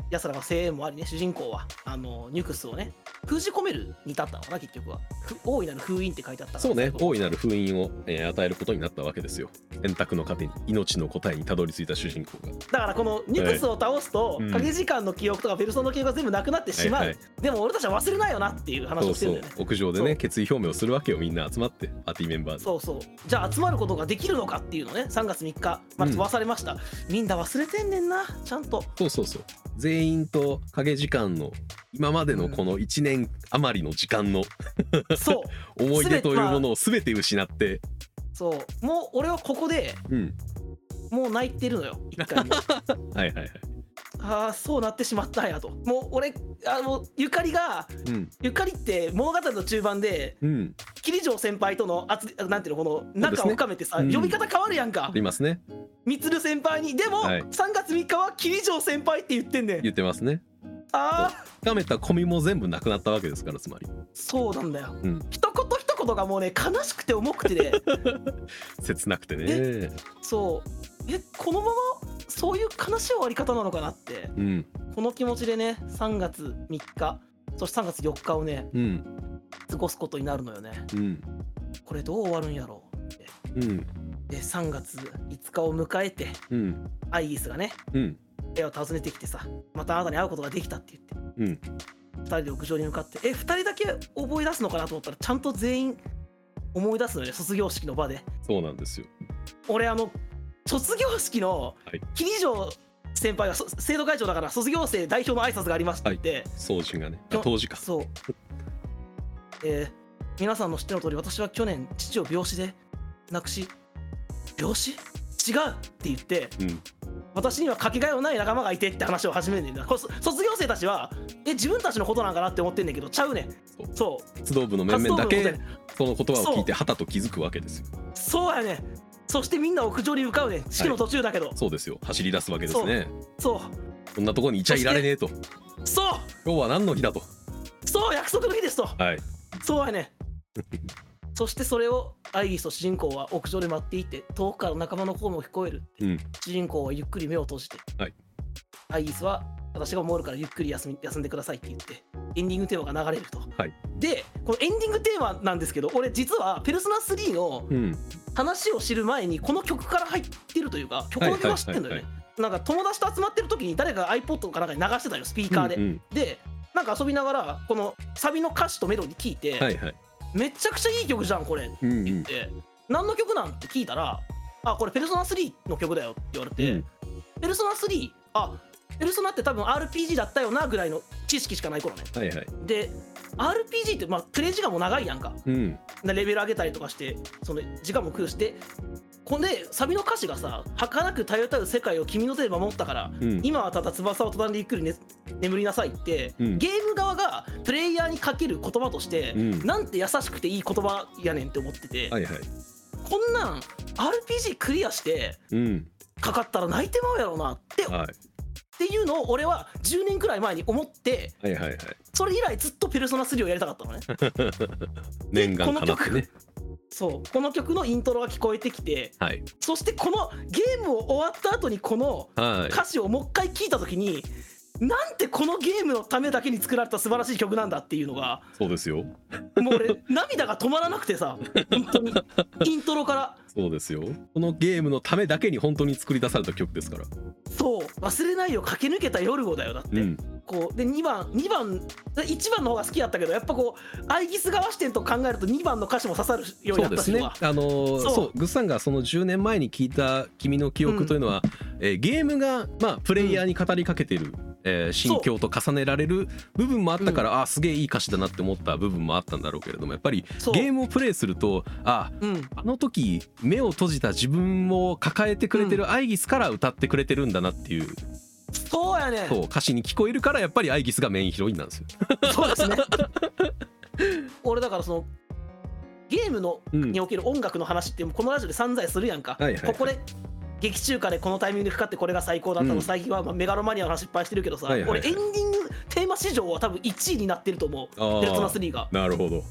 [SPEAKER 1] 奴らが声援もありね主人公はあのニュクスをね封じ込めるに至ったのかな結局はふ大いなる封印って書いてあったから
[SPEAKER 2] そうね、
[SPEAKER 1] 最後
[SPEAKER 2] 大いなる封印を、えー与えることになったわけですよ。選択の糧に命の答えにたどり着いた主人公が。
[SPEAKER 1] だからこのニュクスを倒すと、
[SPEAKER 2] うん
[SPEAKER 1] 影時間の記憶とかペルソンの記憶が全部なくなってしまう、
[SPEAKER 2] はいはい
[SPEAKER 1] でも俺たちは忘れないよなっていう話
[SPEAKER 2] そ
[SPEAKER 1] を
[SPEAKER 2] う
[SPEAKER 1] してる
[SPEAKER 2] そ
[SPEAKER 1] んだ
[SPEAKER 2] う
[SPEAKER 1] よね
[SPEAKER 2] 屋上で
[SPEAKER 1] そ
[SPEAKER 2] ね
[SPEAKER 1] う
[SPEAKER 2] 決意表明をするわけよみんな集まってパーティーメンバーで。
[SPEAKER 1] そうそうじゃあ集まることができるのかっていうのね3月3日まで飛ばされました、みんな忘れてんねんなちゃんと
[SPEAKER 2] そうそうそう全員と影時間の今までのこの1年余りの時間の
[SPEAKER 1] そう
[SPEAKER 2] 思い出という
[SPEAKER 1] 全て
[SPEAKER 2] ものを全て失って、
[SPEAKER 1] そうもう俺はここで
[SPEAKER 2] うん、
[SPEAKER 1] もう泣いてるのよ一回も
[SPEAKER 2] はいはいはい、
[SPEAKER 1] ああそうなってしまったんやともう俺あのゆかりが
[SPEAKER 2] うん
[SPEAKER 1] ゆかりって物語の中盤で
[SPEAKER 2] うん、
[SPEAKER 1] 桐城先輩とのあつなんていうのこの仲を深めてさ、
[SPEAKER 2] そうですね
[SPEAKER 1] 呼び方変わるやんか
[SPEAKER 2] ありますね
[SPEAKER 1] みつる先輩にでも、
[SPEAKER 2] はい
[SPEAKER 1] 3月3日は桐城先輩って言ってんねん
[SPEAKER 2] 言ってますね
[SPEAKER 1] ああ
[SPEAKER 2] 深めた込みも全部なくなったわけですからつまり
[SPEAKER 1] そうなんだよ、
[SPEAKER 2] うん
[SPEAKER 1] 一言一言がもうね悲しくて重くて ね
[SPEAKER 2] 切なくてね
[SPEAKER 1] え、そうえこのままそういう悲しい終わり方なのかなって
[SPEAKER 2] うん
[SPEAKER 1] この気持ちでね3月3日そして3月4日をね
[SPEAKER 2] うん
[SPEAKER 1] 過ごすことになるのよね
[SPEAKER 2] うん
[SPEAKER 1] これどう終わるんやろ
[SPEAKER 2] うん
[SPEAKER 1] うで3月5日を迎えて
[SPEAKER 2] うん
[SPEAKER 1] アイギスがね
[SPEAKER 2] うん
[SPEAKER 1] 絵を訪ねてきてさまたあなたに会うことができたって言って
[SPEAKER 2] うん
[SPEAKER 1] 2人で屋上に向かってえ2人だけ覚え出すのかなと思ったらちゃんと全員思い出すのよね卒業式の場で
[SPEAKER 2] そうなんですよ
[SPEAKER 1] 俺あの卒業式の
[SPEAKER 2] はい
[SPEAKER 1] 桐城先輩がそ生徒会長だから卒業生代表の挨拶がありますって言って、
[SPEAKER 2] 掃除がねあ
[SPEAKER 1] あ
[SPEAKER 2] 当時か
[SPEAKER 1] そう。えー皆さんの知っての通り、私は去年、父を病死で亡くし、病死違うって言って、
[SPEAKER 2] うん
[SPEAKER 1] 私にはかけがえのない仲間がいてって話を始めるねんだ。これそ卒業生たちは、え、自分たちのことなんかなって思ってんねんけど、ちゃうねん。そう。
[SPEAKER 2] 活動部の面々だ
[SPEAKER 1] 活動部の
[SPEAKER 2] け
[SPEAKER 1] こ
[SPEAKER 2] その言葉を聞いてはたと気づくわけですよ
[SPEAKER 1] とそうやねん。そしてみんな屋上に向かうねん式の途中だけど、
[SPEAKER 2] そうですよ走り出すわけですね
[SPEAKER 1] そう
[SPEAKER 2] こんなとこにいちゃいられねえと
[SPEAKER 1] そ
[SPEAKER 2] 今日は何の日だと
[SPEAKER 1] うそう約束の日ですと
[SPEAKER 2] はい
[SPEAKER 1] そうやねんそしてそれをアイギースと主人公は屋上で待っていて遠くから仲間の声も聞こえる、
[SPEAKER 2] うん
[SPEAKER 1] 主人公はゆっくり目を閉じて、
[SPEAKER 2] はい
[SPEAKER 1] アイギースは私が守るからゆっくり休み休んでくださいって言ってエンディングテーマが流れると、
[SPEAKER 2] はい
[SPEAKER 1] でこのエンディングテーマなんですけど俺実は「ペルソナ3の
[SPEAKER 2] うん
[SPEAKER 1] 話を知る前にこの曲から入ってるというか曲の曲は知ってるんだよ
[SPEAKER 2] はいはいはい
[SPEAKER 1] ねなんか友達と集まってる時に誰かが iPod かなんかに流してたよスピーカーで、
[SPEAKER 2] うんうん
[SPEAKER 1] でなんか遊びながらこのサビの歌詞とメロディ聞いて、
[SPEAKER 2] はいはい
[SPEAKER 1] めちゃくちゃいい曲じゃんこれっ
[SPEAKER 2] うんう
[SPEAKER 1] て
[SPEAKER 2] ん
[SPEAKER 1] 何の曲なんて聞いたら「あこれペルソナ3の曲だよ」って言われて「
[SPEAKER 2] うん
[SPEAKER 1] ペルソナ3あペルソナって多分 RPG だったよな」ぐらいの知識しかない頃ね
[SPEAKER 2] はいはい
[SPEAKER 1] で RPG ってまあプレイ時間も長いやんか
[SPEAKER 2] うん
[SPEAKER 1] レベル上げたりとかしてその時間も食うしてこんでサビの歌詞がさ「儚くたゆたう世界を君の手で守ったから
[SPEAKER 2] うん
[SPEAKER 1] 今はただ翼を畳んでゆっくり、ね、眠りなさい」って、
[SPEAKER 2] うん
[SPEAKER 1] ゲーム側がプレイヤーにかける言葉として、
[SPEAKER 2] うん
[SPEAKER 1] なんて優しくていい言葉やねんって思ってて、
[SPEAKER 2] はいはい
[SPEAKER 1] こんなん RPG クリアして
[SPEAKER 2] うん
[SPEAKER 1] かかったら泣いてまうやろなってっ
[SPEAKER 2] は
[SPEAKER 1] ていうのを俺は10年くらい前に思って
[SPEAKER 2] いはいはいはい
[SPEAKER 1] それ以来ずっと「ペルソナ3」をやりたかった のね。
[SPEAKER 2] 念願かなってね
[SPEAKER 1] そうこの曲のイントロが聞こえてきて
[SPEAKER 2] はい
[SPEAKER 1] そしてこのゲームを終わった後にこの
[SPEAKER 2] はい
[SPEAKER 1] 歌詞をもう一回聞いた時になんてこのゲームのためだけに作られた素晴らしい曲なんだっていうの が
[SPEAKER 2] そうですよ
[SPEAKER 1] もう俺涙が止まらなくてさ本当 にイントロから
[SPEAKER 2] そうですよこのゲームのためだけに本当に作り出された曲ですから
[SPEAKER 1] そう忘れないよ駆け抜けた夜をだよだって、
[SPEAKER 2] うん
[SPEAKER 1] こうで2番2番1番の方が好きだったけどやっぱこうアイギス側視点と考えると2番の歌詞も刺さるようになっ
[SPEAKER 2] そうで
[SPEAKER 1] た
[SPEAKER 2] す
[SPEAKER 1] し
[SPEAKER 2] ね
[SPEAKER 1] は
[SPEAKER 2] あのー
[SPEAKER 1] そ
[SPEAKER 2] そううグッさんがその10年前に聞いた「君の記憶」というのは、えーゲームが、まあ、プレイヤーに語りかけてる、えー心境と重ねられる部分もあったから、あーすげえいい歌詞だなって思った部分もあったんだろうけれどもやっぱり
[SPEAKER 1] そう
[SPEAKER 2] ゲームをプレイするとあー
[SPEAKER 1] うん
[SPEAKER 2] あの時目を閉じた自分を抱えてくれてるアイギスから歌ってくれてるんだなっていう,、
[SPEAKER 1] そうやね
[SPEAKER 2] そう歌詞に聞こえるからやっぱりアイギスがメインヒロインなんですよ。
[SPEAKER 1] そうです ね。俺だからそのゲームの
[SPEAKER 2] うん
[SPEAKER 1] における音楽の話ってこのラジオで散々するやんか、
[SPEAKER 2] はいはいはい
[SPEAKER 1] ここで劇中歌でこのタイミングでかかってこれが最高だったの、
[SPEAKER 2] うん
[SPEAKER 1] 最近はまあメガロマニアの話いっぱいしてるけどさ、
[SPEAKER 2] はいはいはい
[SPEAKER 1] 俺エンディングテーマ史上は多分1位になってると思う
[SPEAKER 2] あー
[SPEAKER 1] 「ペルソナ3が」
[SPEAKER 2] なるほど、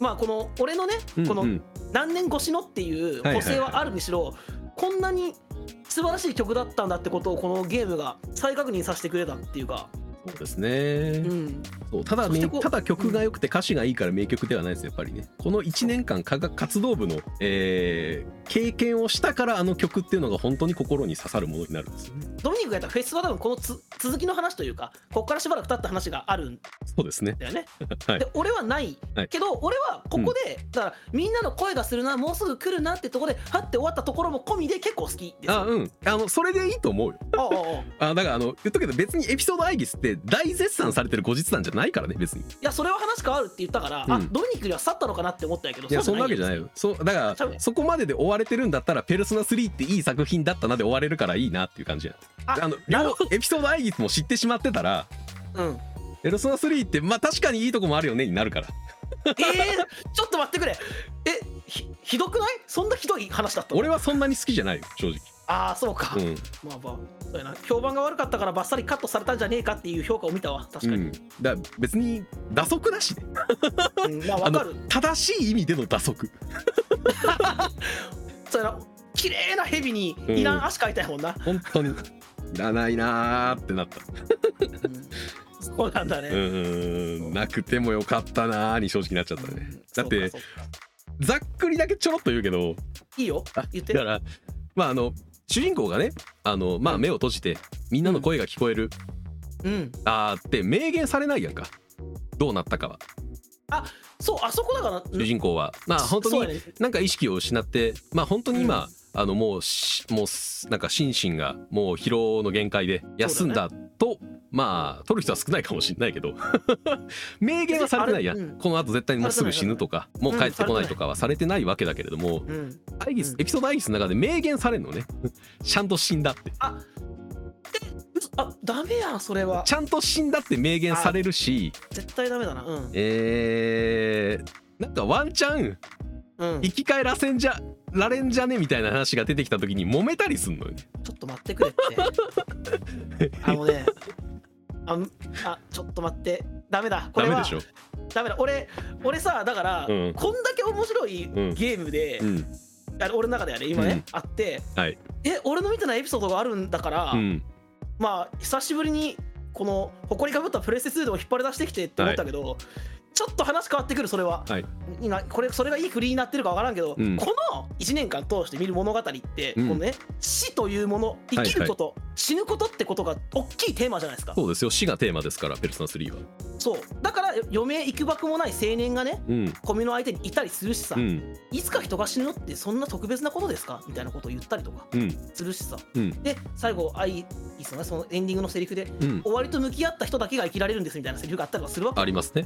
[SPEAKER 1] まあこの俺のね
[SPEAKER 2] うん
[SPEAKER 1] この
[SPEAKER 2] うん
[SPEAKER 1] 何年越しのっていう
[SPEAKER 2] はいはいはい
[SPEAKER 1] 個性はあるにしろ、こんなに素晴らしい曲だったんだってことをこのゲームが再確認させてくれたっていうか、
[SPEAKER 2] そうですね
[SPEAKER 1] う。ん、
[SPEAKER 2] そうただ
[SPEAKER 1] そし
[SPEAKER 2] ね
[SPEAKER 1] てこう
[SPEAKER 2] ただ曲が良くて歌詞がいいから名曲ではないですやっぱりねこの1年間かが活動部の、えー経験をしたからあの曲っていうのが本当に心に刺さるものになるんですよね
[SPEAKER 1] ドミニクがやったフェスは多分このつ続きの話というかここからしばらく経った話があるん
[SPEAKER 2] そうですね
[SPEAKER 1] だよね。
[SPEAKER 2] はい
[SPEAKER 1] で俺はない、
[SPEAKER 2] はい
[SPEAKER 1] けど俺はここで、だからみんなの声がするなもうすぐ来るなってとこではって終わったところも込みで結構好きです。
[SPEAKER 2] あうんあのそれでいいと思うよ
[SPEAKER 1] ああああい
[SPEAKER 2] あだからあの言っとくけど別にエピソードアイギスって大絶賛されてる後日談じゃないからね別に
[SPEAKER 1] やそれは話変わるって言ったから、あ
[SPEAKER 2] うん
[SPEAKER 1] ドミニクには去ったのかなって思ったんやけど
[SPEAKER 2] いやそんなわけじゃ
[SPEAKER 1] い
[SPEAKER 2] ないよそうだか
[SPEAKER 1] そう
[SPEAKER 2] らそこまでで追われてるんだったら「ペルソナ3っていい作品だったな」で終われるからいいなっていう感じや
[SPEAKER 1] あ
[SPEAKER 2] あの
[SPEAKER 1] なる
[SPEAKER 2] 両
[SPEAKER 1] ほど
[SPEAKER 2] エピソードアイギスも知ってしまってたら
[SPEAKER 1] うん、
[SPEAKER 2] 「ペルソナ3ってまあ確かにいいとこもあるよね」になるから
[SPEAKER 1] えー、 ちょっと待ってくれえひひどくないそんなひどい話だったの
[SPEAKER 2] 俺はそんなに好きじゃないよ正直、
[SPEAKER 1] ああそうか、
[SPEAKER 2] うん
[SPEAKER 1] まあまあそうやな評判が悪かったからバッサリカットされたんじゃねえかっていう評価を見たわ確かに、
[SPEAKER 2] うん、だから別に打足だしね
[SPEAKER 1] うん、まあ
[SPEAKER 2] あ
[SPEAKER 1] わ
[SPEAKER 2] の
[SPEAKER 1] かる
[SPEAKER 2] 正しい意味での打足
[SPEAKER 1] そうやな綺麗な蛇にいらん足かいたいもんな、
[SPEAKER 2] 本当にいらないなーってなった
[SPEAKER 1] そうなんだね、
[SPEAKER 2] うーんなくてもよかったなーに正直なっちゃったねだって
[SPEAKER 1] そうかそうか
[SPEAKER 2] ざっくりだけちょろっと言うけど
[SPEAKER 1] いいよ
[SPEAKER 2] あ
[SPEAKER 1] 言って
[SPEAKER 2] だからまああの主人公がねあの、まあ、目を閉じてみんなの声が聞こえる、
[SPEAKER 1] うん
[SPEAKER 2] あーって明言されないやんかどうなったかは
[SPEAKER 1] そうあそこだから
[SPEAKER 2] 主人公はまあ本当
[SPEAKER 1] そう
[SPEAKER 2] に
[SPEAKER 1] やね
[SPEAKER 2] なんか意識を失ってまあ本当に今、あのもうしもうすなんか心身がもう疲労の限界で休んだとまあ取る人は少ないかもしれないけど 明言はされてないやん、
[SPEAKER 1] 別にあれうん
[SPEAKER 2] このあと絶対にもうすぐ死ぬとかもう帰ってこないとかはされてないわけだけれども、
[SPEAKER 1] うん
[SPEAKER 2] アイギス、
[SPEAKER 1] うん
[SPEAKER 2] エピソードアイギスの中で明言されるのね ちゃんと死んだって
[SPEAKER 1] 嘘あダメやんそれは
[SPEAKER 2] ちゃんと死んだって明言されるし
[SPEAKER 1] 絶対ダメだなうん
[SPEAKER 2] えー、なんかワンチャン
[SPEAKER 1] うん、
[SPEAKER 2] 生
[SPEAKER 1] ち
[SPEAKER 2] き返らせんじゃられんじゃねみたいな話が出てきた時に揉めたりすんのよね。
[SPEAKER 1] ょっと待ってくれ って。あのね、あ、あちょっと待って、ダメだ、こ
[SPEAKER 2] ダ
[SPEAKER 1] れ
[SPEAKER 2] メ
[SPEAKER 1] は
[SPEAKER 2] でしょ。
[SPEAKER 1] ダメだ、俺、俺さ、だから、
[SPEAKER 2] うん
[SPEAKER 1] こんだけ面白い
[SPEAKER 2] ん
[SPEAKER 1] ゲームで、
[SPEAKER 2] うん
[SPEAKER 1] あの俺の中ではね、今ね、あって、
[SPEAKER 2] はい
[SPEAKER 1] え、俺のみたいなエピソードがあるんだから、
[SPEAKER 2] うん
[SPEAKER 1] まあ、久しぶりに、この、誇りかぶったプレステ2でも引っ張り出してきてって思ったけど、ちょっと話変わってくるそれは、
[SPEAKER 2] はい
[SPEAKER 1] 今これそれがいい振りになってるかわからんけど、
[SPEAKER 2] うん
[SPEAKER 1] この1年間通して見る物語って、
[SPEAKER 2] うん
[SPEAKER 1] このね死というもの生きること、死ぬことってことが大きいテーマじゃないですか
[SPEAKER 2] そうですよ死がテーマですから「ペルソナ3は」
[SPEAKER 1] そうだから余命いくばくもない青年がね
[SPEAKER 2] うん
[SPEAKER 1] コミの相手にいたりするしさ、
[SPEAKER 2] うん
[SPEAKER 1] いつか人が死ぬのってそんな特別なことですかみたいなことを言ったりとか
[SPEAKER 2] うん
[SPEAKER 1] するしさ
[SPEAKER 2] うん
[SPEAKER 1] で最後アイリスのねそのエンディングのセリフで
[SPEAKER 2] うん
[SPEAKER 1] 終わりと向き合った人だけが生きられるんですみたいなセリフがあったりとかするわけ
[SPEAKER 2] ありますね。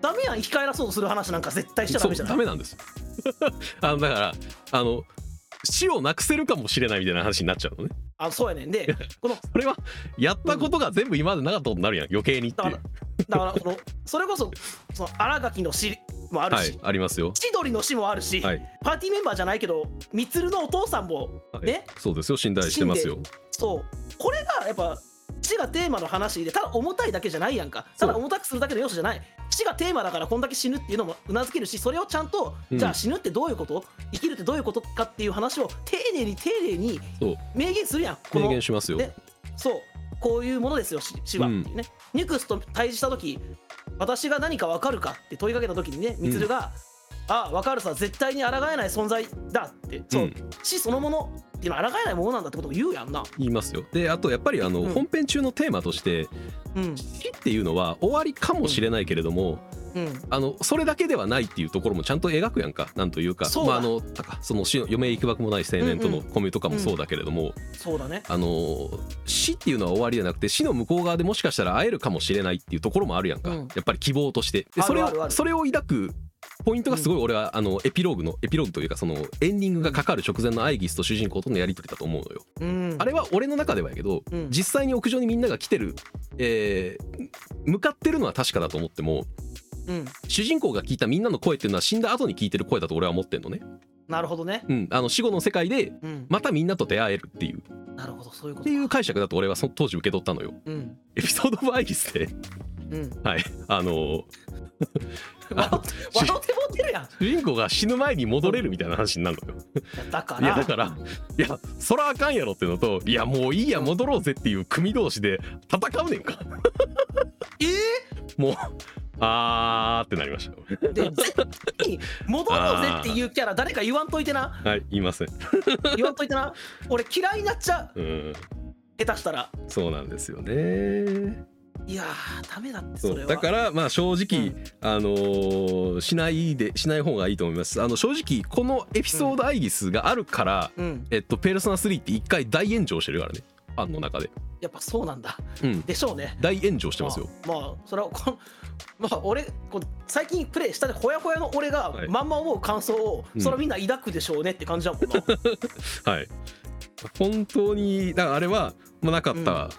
[SPEAKER 1] ダメやん生き返らそうとする話なんか絶対しちゃダ
[SPEAKER 2] そう
[SPEAKER 1] メじゃな
[SPEAKER 2] ダ
[SPEAKER 1] い
[SPEAKER 2] メなんですよ。 あのだからあの死をなくせるかもしれないみたいな話になっちゃうのね。
[SPEAKER 1] あそうやねんでこの
[SPEAKER 2] それはやったことが全部今までなかったことになるやん余計にって
[SPEAKER 1] だ
[SPEAKER 2] い
[SPEAKER 1] か
[SPEAKER 2] う
[SPEAKER 1] ら。だからこのそれこそその新垣の死もある
[SPEAKER 2] は
[SPEAKER 1] し、
[SPEAKER 2] いありますよ。
[SPEAKER 1] 千鳥の死もあるし、
[SPEAKER 2] はい、
[SPEAKER 1] パーティーメンバーじゃないけどみつるのお父さんも
[SPEAKER 2] はい
[SPEAKER 1] ね
[SPEAKER 2] そうですよ信頼してますよ。
[SPEAKER 1] そうこれがやっぱ死がテーマの話でただ重たいだけじゃないやんかただ
[SPEAKER 2] そう
[SPEAKER 1] 重たくするだけの要素じゃない死がテーマだからこんだけ死ぬっていうのもうなずけるしそれをちゃんと、
[SPEAKER 2] うん
[SPEAKER 1] じゃあ死ぬってどういうこと生きるってどういうことかっていう話を丁寧に丁寧に
[SPEAKER 2] そう
[SPEAKER 1] 明言するやんこ
[SPEAKER 2] 明
[SPEAKER 1] の
[SPEAKER 2] 言しますよ。
[SPEAKER 1] ねそうこういうものですよし死はっ
[SPEAKER 2] う
[SPEAKER 1] て
[SPEAKER 2] ん
[SPEAKER 1] いうね、ニクスと対峙した時私が何か分かるかって問いかけた時にねみつるが「ああ分かるさ絶対に抗えない存在だ」ってそう、
[SPEAKER 2] うん
[SPEAKER 1] 死そのものっていうのは抗えないものなんだってことを言うやんな、
[SPEAKER 2] 言いますよであとやっぱりあの、
[SPEAKER 1] うん
[SPEAKER 2] 本編中のテーマとして
[SPEAKER 1] うん
[SPEAKER 2] 死っていうのは終わりかもしれないけれども、
[SPEAKER 1] うん、
[SPEAKER 2] あのそれだけではないっていうところもちゃんと描くやんかなんというか
[SPEAKER 1] そう
[SPEAKER 2] ま
[SPEAKER 1] だ
[SPEAKER 2] あ、あのたかその死の余命いくばくもない青年と
[SPEAKER 1] う
[SPEAKER 2] の
[SPEAKER 1] ん
[SPEAKER 2] コミュとかもそうだけれども、
[SPEAKER 1] そうだね
[SPEAKER 2] あの死っていうのは終わりじゃなくて死の向こう側でもしかしたら会えるかもしれないっていうところもあるやんか、
[SPEAKER 1] うん
[SPEAKER 2] やっぱり希望としてで
[SPEAKER 1] ある
[SPEAKER 2] それを
[SPEAKER 1] あるある
[SPEAKER 2] それを抱くポイントがすごい俺は、あのエピローグのエピローグというかそのエンディングがかかる直前のアイギスと主人公とのやり取りだと思うのよ。
[SPEAKER 1] うん
[SPEAKER 2] あれは俺の中ではやけど、
[SPEAKER 1] うん
[SPEAKER 2] 実際に屋上にみんなが来てる、えー向かってるのは確かだと思っても
[SPEAKER 1] うん
[SPEAKER 2] 主人公が聞いたみんなの声っていうのは死んだ後に聞いてる声だと俺は思ってんのね、
[SPEAKER 1] なるほどね
[SPEAKER 2] うん、あの死後の世界で
[SPEAKER 1] うん、
[SPEAKER 2] またみんなと出会えるっていうっ
[SPEAKER 1] なるほどそういうこと
[SPEAKER 2] ていう解釈だと俺はそ当時受け取ったのよ
[SPEAKER 1] うん
[SPEAKER 2] エピソード・オブ・アイギスで
[SPEAKER 1] うん
[SPEAKER 2] はい あのー
[SPEAKER 1] 笑
[SPEAKER 2] あの
[SPEAKER 1] って笑ってもうてるやんい
[SPEAKER 2] 主人公が死ぬ前に戻れるみたいな話になるのよ
[SPEAKER 1] やだから
[SPEAKER 2] いやだからいやそらあかんやろっていうのといやもういいや戻ろうぜっていう組同士で戦うねんか
[SPEAKER 1] え
[SPEAKER 2] もうあーってなりましたよ
[SPEAKER 1] ー、で絶対に戻ろうぜっていうキャラ誰か言わんといてな
[SPEAKER 2] はい言いません
[SPEAKER 1] 言わんといてな俺嫌いになっちゃう
[SPEAKER 2] うん
[SPEAKER 1] 下手したら
[SPEAKER 2] そうなんですよね
[SPEAKER 1] いやーダメだって
[SPEAKER 2] そ
[SPEAKER 1] それは
[SPEAKER 2] うだからまあ正直、
[SPEAKER 1] う
[SPEAKER 2] あのーしないでしない方がいいと思いますあの正直このエピソードアイギスがあるから、
[SPEAKER 1] うん
[SPEAKER 2] えっとペルソナ3って一回大炎上してるからねファンの中で
[SPEAKER 1] やっぱそうなんだ
[SPEAKER 2] うん
[SPEAKER 1] でしょうね
[SPEAKER 2] 大炎上してますよ
[SPEAKER 1] まあ、まあそれはこんまあ俺こう最近プレイしたでほやほやの俺が
[SPEAKER 2] はい
[SPEAKER 1] まんま思う感想を、
[SPEAKER 2] うん
[SPEAKER 1] それはみんな抱くでしょうねって感じだもんな
[SPEAKER 2] はい本当にだからあれは、まあ、なかった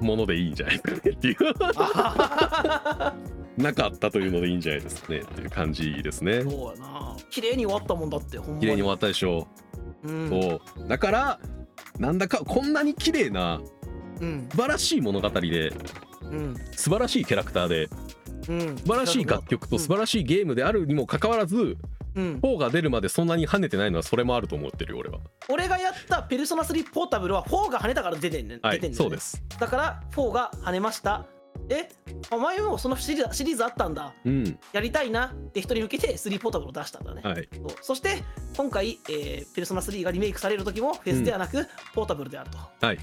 [SPEAKER 2] ものでいいんじゃないかね っていう
[SPEAKER 1] あ
[SPEAKER 2] なかったというのでいいんじゃないですかねっていう感じですね
[SPEAKER 1] ーそうやな綺麗に終わったもんだってほんま
[SPEAKER 2] 綺麗に終わったでしょう
[SPEAKER 1] うん
[SPEAKER 2] そうだからなんだかこんなに綺麗な
[SPEAKER 1] うん
[SPEAKER 2] 素晴らしい物語で
[SPEAKER 1] うん
[SPEAKER 2] 素晴らしいキャラクターで
[SPEAKER 1] うん
[SPEAKER 2] 素晴らしい楽曲と素晴らしいゲームであるにもかかわらず
[SPEAKER 1] うんうん
[SPEAKER 2] 4が出るまでそんなに跳ねてないのはそれもあると思ってるよ俺は
[SPEAKER 1] 俺がやった「ペルソナ3ポータブル」は4が跳ねたから出てんねん、
[SPEAKER 2] は
[SPEAKER 1] 出てん
[SPEAKER 2] い
[SPEAKER 1] ねん
[SPEAKER 2] そうです
[SPEAKER 1] だから4が跳ねましたえお前もそのシリシリーズあったんだ
[SPEAKER 2] うん
[SPEAKER 1] やりたいなって人に向けて3ポータブルを出したんだね、
[SPEAKER 2] はい
[SPEAKER 1] そうそして今回、えー、ペルソナ3がリメイクされる時もフェスではなく、ポータブルであると
[SPEAKER 2] はい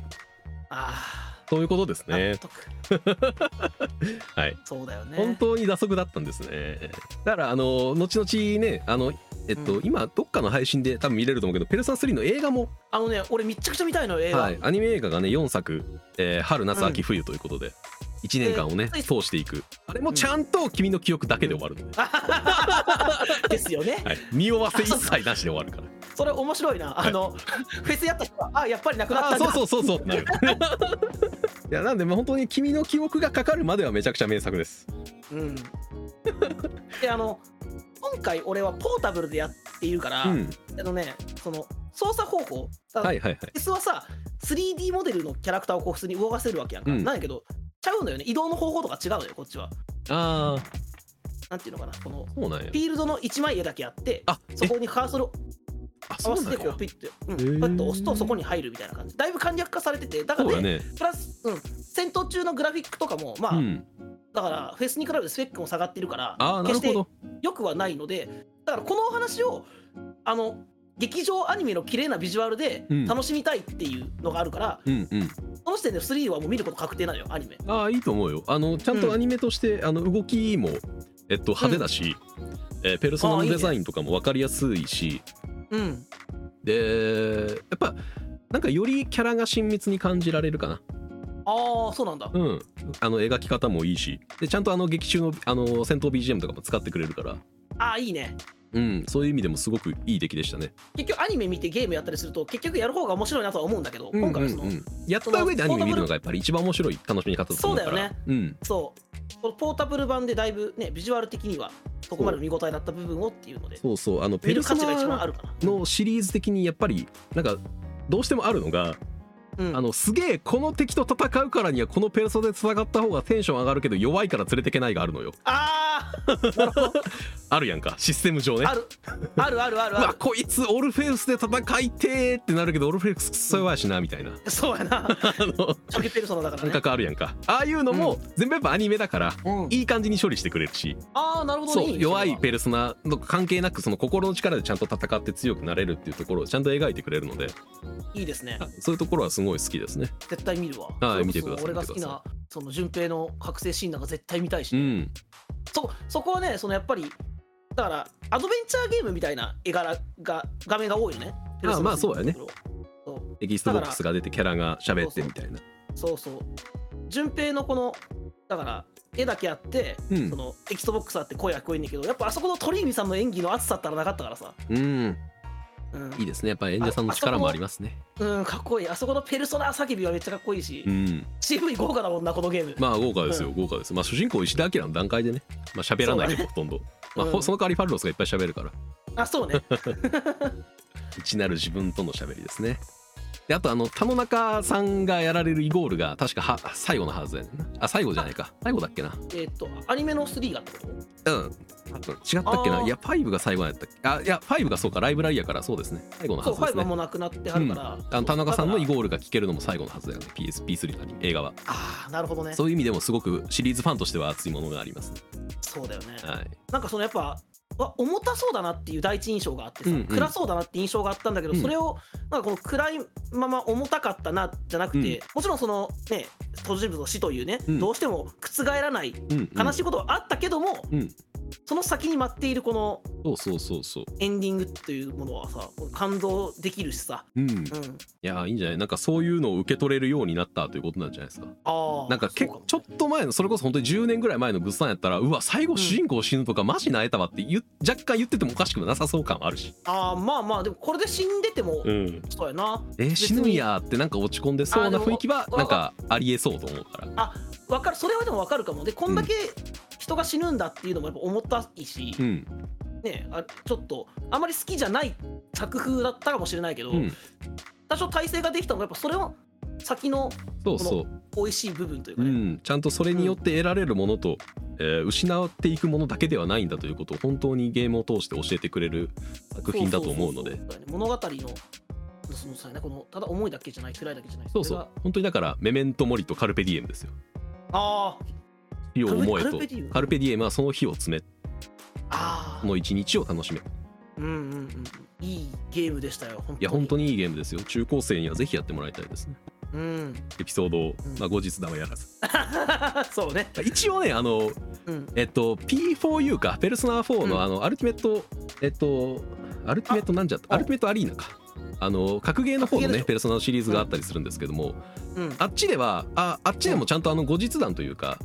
[SPEAKER 1] あ
[SPEAKER 2] そういうことです
[SPEAKER 1] あ、納
[SPEAKER 2] ね
[SPEAKER 1] 得
[SPEAKER 2] はい
[SPEAKER 1] そうだよね
[SPEAKER 2] 本当に打足だったんですねだからあの後々ねあのえっと、
[SPEAKER 1] うん
[SPEAKER 2] 今どっかの配信で多分見れると思うけど「ペルソナ3」の映画も、
[SPEAKER 1] あのね俺めっちゃくちゃ見たいの映画、
[SPEAKER 2] はい、アニメ映画がね4作、えー春夏秋冬ということで、1年間をね
[SPEAKER 1] えー
[SPEAKER 2] 通していくあれもちゃんと君の記憶だけで終わるので、
[SPEAKER 1] ですよね
[SPEAKER 2] はい、見終わせ一切なしで終わるから
[SPEAKER 1] それ面白いなあの、フェスやった人はあやっぱりなくなった
[SPEAKER 2] あー
[SPEAKER 1] んだ
[SPEAKER 2] そうそうそう そうってなるいやなんでまあ本当に君の記憶がかかるまではめちゃくちゃ名作です
[SPEAKER 1] うん、であの今回俺はポータブルでやっっていうから、
[SPEAKER 2] うん、
[SPEAKER 1] あのねその操作方法だ
[SPEAKER 2] はいはいはい
[SPEAKER 1] S はさ 3D モデルのキャラクターをこう普通に動かせるわけやんか、
[SPEAKER 2] うん
[SPEAKER 1] なんやけどちゃうんだよね移動の方法とか違うのよこっちは
[SPEAKER 2] ああ
[SPEAKER 1] なんていうのかなこの
[SPEAKER 2] そうなん
[SPEAKER 1] フ
[SPEAKER 2] や
[SPEAKER 1] ィールドの1枚絵だけあって
[SPEAKER 2] あ
[SPEAKER 1] そこにカーソルを
[SPEAKER 2] えあ
[SPEAKER 1] 合
[SPEAKER 2] そ
[SPEAKER 1] わ
[SPEAKER 2] う
[SPEAKER 1] せ
[SPEAKER 2] な
[SPEAKER 1] て
[SPEAKER 2] ん
[SPEAKER 1] こ
[SPEAKER 2] や
[SPEAKER 1] うピッて、うん
[SPEAKER 2] へー
[SPEAKER 1] パッと押すとそこに入るみたいな感じだいぶ簡略化されててだか
[SPEAKER 2] そう
[SPEAKER 1] ら
[SPEAKER 2] だ
[SPEAKER 1] ね
[SPEAKER 2] ね
[SPEAKER 1] プラス、うん、戦闘中のグラフィックとかもまあ、
[SPEAKER 2] うん
[SPEAKER 1] だからフェスに比べてスペックも下がってるから
[SPEAKER 2] ああな
[SPEAKER 1] 決
[SPEAKER 2] る
[SPEAKER 1] して
[SPEAKER 2] ほど
[SPEAKER 1] よくはないのでだからこのお話をあの劇場アニメの綺麗なビジュアルで
[SPEAKER 2] うん
[SPEAKER 1] 楽しみたいっていうのがあるから、
[SPEAKER 2] うんうん
[SPEAKER 1] その時点で3はもう見ること確定なのよアニメ
[SPEAKER 2] ああいいと思うよあのちゃん
[SPEAKER 1] う
[SPEAKER 2] と
[SPEAKER 1] ん
[SPEAKER 2] アニメとして、あの動きもえっと派手だし、えーペルソナ
[SPEAKER 1] ああ
[SPEAKER 2] の
[SPEAKER 1] いいね
[SPEAKER 2] デザインとかも分かりやすいし
[SPEAKER 1] うん
[SPEAKER 2] でやっぱなんかよりキャラが親密に感じられるかな
[SPEAKER 1] ああそうなんだ
[SPEAKER 2] うんあの描き方もいいしでちゃんとあの劇中のあの戦闘 BGM とかも使ってくれるから
[SPEAKER 1] ああいいね
[SPEAKER 2] うんそういう意味でもすごくいい出来でしたね
[SPEAKER 1] 結局アニメ見てゲームやったりすると結局やる方が面白いなとは思うんだけど、今回はその、
[SPEAKER 2] うんうんうんやった上でアニメ見るのがやっぱり一番面白い楽しみ方だと思うから
[SPEAKER 1] そうだよね
[SPEAKER 2] うん
[SPEAKER 1] そうこのポータブル版でだいぶねビジュアル的にはそこまでの見応えだった部分をっていうので
[SPEAKER 2] そうそうあのペ
[SPEAKER 1] 見
[SPEAKER 2] ル
[SPEAKER 1] る
[SPEAKER 2] ソ
[SPEAKER 1] 価値が一番あ
[SPEAKER 2] ナ
[SPEAKER 1] るかな
[SPEAKER 2] のシリーズ的にやっぱりなんかどうしてもあるのが
[SPEAKER 1] うん
[SPEAKER 2] あのすげえこの敵と戦うからにはこのペルソで繋がった方がテンション上がるけど弱いから連れてけないがあるのよ
[SPEAKER 1] あーなるほど
[SPEAKER 2] あるやんかシステム上ね
[SPEAKER 1] あるあるあるある
[SPEAKER 2] う
[SPEAKER 1] あ
[SPEAKER 2] わ
[SPEAKER 1] る
[SPEAKER 2] こいつオルフェウスで戦いてーってなるけどオルフェウスくそ弱いしなみたいな
[SPEAKER 1] そうやな
[SPEAKER 2] あの
[SPEAKER 1] 初期ペルソナだから
[SPEAKER 2] 感
[SPEAKER 1] ね
[SPEAKER 2] 覚あるやんかああいうのも全部やっぱアニメだから
[SPEAKER 1] うん
[SPEAKER 2] いい感じに処理してくれるし
[SPEAKER 1] ああなるほどね
[SPEAKER 2] そう
[SPEAKER 1] ね
[SPEAKER 2] 弱
[SPEAKER 1] それ
[SPEAKER 2] い
[SPEAKER 1] は
[SPEAKER 2] ペルソナと関係なくその心の力でちゃんと戦って強くなれるっていうところをちゃんと描いてくれるので
[SPEAKER 1] いいですね
[SPEAKER 2] あそういうところはすごい好きですね
[SPEAKER 1] 絶対見るわ
[SPEAKER 2] は
[SPEAKER 1] それこそ
[SPEAKER 2] い見てください
[SPEAKER 1] 俺が好き
[SPEAKER 2] 見て
[SPEAKER 1] なその順平の覚醒シーンなんか絶対見たいし
[SPEAKER 2] う
[SPEAKER 1] ね、
[SPEAKER 2] ん
[SPEAKER 1] そそこはねそのやっぱりだからアドベンチャーゲームみたいな絵柄が画面が多いよね
[SPEAKER 2] ああまあそうやね
[SPEAKER 1] そう
[SPEAKER 2] テキストボックスが出てキャラが喋ってみたいな
[SPEAKER 1] そうそう順平のこのだから絵だけあって、
[SPEAKER 2] うん
[SPEAKER 1] そのテキストボックスあって声が聞こえんねんけどやっぱあそこの鳥海さんの演技の熱さったらなかったからさ、
[SPEAKER 2] うん
[SPEAKER 1] うん
[SPEAKER 2] いいですねやっぱ演者さんの力もありますね
[SPEAKER 1] うんかっこいいあそこの「ペルソナ叫び」はめっちゃかっこいいし、
[SPEAKER 2] うん
[SPEAKER 1] 渋い豪華だもんなこのゲーム、
[SPEAKER 2] まあ豪華ですよ、豪華です。まあ主人公石田明の段階でね、まあ喋らないけど、ほとんど。まあ、ほ
[SPEAKER 1] うん
[SPEAKER 2] その代わりファルロスがいっぱい喋るから、
[SPEAKER 1] あそうね
[SPEAKER 2] 内なる自分との喋りですね。で、あとあの、田野中さんがやられるイゴールが、確かは最後のはずだよね。あ、最後じゃないか。最後だっけな。
[SPEAKER 1] えーっとアニメの3がってこと
[SPEAKER 2] うん。多分違ったっけ
[SPEAKER 1] あ
[SPEAKER 2] な。
[SPEAKER 1] ー
[SPEAKER 2] いや、5が最後なんやったっけ。あ、いや、5がそうか、ライブラリアからそうですね。最後の
[SPEAKER 1] そ
[SPEAKER 2] は
[SPEAKER 1] う、
[SPEAKER 2] ず
[SPEAKER 1] フ
[SPEAKER 2] で
[SPEAKER 1] ァイブ
[SPEAKER 2] す
[SPEAKER 1] は
[SPEAKER 2] ね
[SPEAKER 1] も。うなくなってはるから、
[SPEAKER 2] あの田中さんのイ
[SPEAKER 1] だか
[SPEAKER 2] ゴールが聞けるのも最後のはずだよね PSP3 なり映画は
[SPEAKER 1] らああなるほどねそ
[SPEAKER 2] そうういう意味でもすごくシリーズファンとしては熱いものがありますね
[SPEAKER 1] だよね
[SPEAKER 2] はい
[SPEAKER 1] なんかそのやっぱわ重たそうだなっていう第一印象があってさ、
[SPEAKER 2] うんうん
[SPEAKER 1] 暗そうだなって印象があったんだけど、
[SPEAKER 2] うん
[SPEAKER 1] それをなんかこの暗いまま重たかったなじゃなくて、
[SPEAKER 2] うん
[SPEAKER 1] もちろんそのね登場人物の死というね、
[SPEAKER 2] うん
[SPEAKER 1] どうしても覆らない
[SPEAKER 2] うんうん
[SPEAKER 1] 悲しいことはあったけども、
[SPEAKER 2] うん
[SPEAKER 1] その先に待っているこの
[SPEAKER 2] そうそうそうそう
[SPEAKER 1] エンディングというものはさ感動できるしさ、
[SPEAKER 2] うん
[SPEAKER 1] うん、
[SPEAKER 2] いやーいいんじゃないなんかそういうのを受け取れるようになったということなんじゃないですか
[SPEAKER 1] ああ
[SPEAKER 2] なんか結構ちょっと前のそれこそ本当に10年ぐらい前のグッさんやったらうわ最後主人公死ぬとかマジなえたわって言う若干言っててもおかしくなさそう感はあるし、
[SPEAKER 1] ああまあまあでもこれで死んでても、
[SPEAKER 2] ん、
[SPEAKER 1] そうやな
[SPEAKER 2] えー死ぬんやーってなんか落ち込んでそうな雰囲気は
[SPEAKER 1] あーでも
[SPEAKER 2] なんかありえそうと思うから
[SPEAKER 1] わかるそれはでも分かるかもでこんだけ人が死ぬんだっていうのもやっぱ思ったいし、
[SPEAKER 2] うん
[SPEAKER 1] ねあちょっとあまり好きじゃない作風だったかもしれないけど、
[SPEAKER 2] うん
[SPEAKER 1] 多少体制ができたのがやっぱそれを先の
[SPEAKER 2] そうそう
[SPEAKER 1] 美味しい部分という
[SPEAKER 2] う
[SPEAKER 1] かね、
[SPEAKER 2] んちゃんとそれによって得られるものと、えー失っていくものだけではないんだということを本当にゲームを通して教えてくれる作品だと思うので
[SPEAKER 1] そそそそう物語のそのさ、ね、このただ思いだけじゃない暗いだけじゃない
[SPEAKER 2] そうそ
[SPEAKER 1] れ
[SPEAKER 2] う
[SPEAKER 1] が
[SPEAKER 2] 本当にだからメメントモリとカルペディエムですよ
[SPEAKER 1] あ
[SPEAKER 2] 日を思えと
[SPEAKER 1] カルペディエム
[SPEAKER 2] カルペディエムはその日を詰
[SPEAKER 1] ー
[SPEAKER 2] め
[SPEAKER 1] あ
[SPEAKER 2] そ
[SPEAKER 1] ー
[SPEAKER 2] の一日を楽しめい
[SPEAKER 1] うんうんうんいいゲームでしたよ本当に
[SPEAKER 2] や本当にいいゲームですよ中高生にはぜひやってもらいたいですね
[SPEAKER 1] うん
[SPEAKER 2] エピソードを
[SPEAKER 1] うん、
[SPEAKER 2] まあ、後日だわやらず
[SPEAKER 1] そうね
[SPEAKER 2] 一応ねあの
[SPEAKER 1] うん
[SPEAKER 2] えっと P4U かペルソナ4
[SPEAKER 1] うん
[SPEAKER 2] のあのアルティメットえっとアルティメットなんじゃった
[SPEAKER 1] あ
[SPEAKER 2] アルティメットアリーナかあの格ゲーの方
[SPEAKER 1] 格
[SPEAKER 2] の
[SPEAKER 1] ゲーで
[SPEAKER 2] ね
[SPEAKER 1] しょ
[SPEAKER 2] ペルソナのシリーズがあったりするんですけども
[SPEAKER 1] うん
[SPEAKER 2] あっちではああっちでもちゃんとあの後日談というか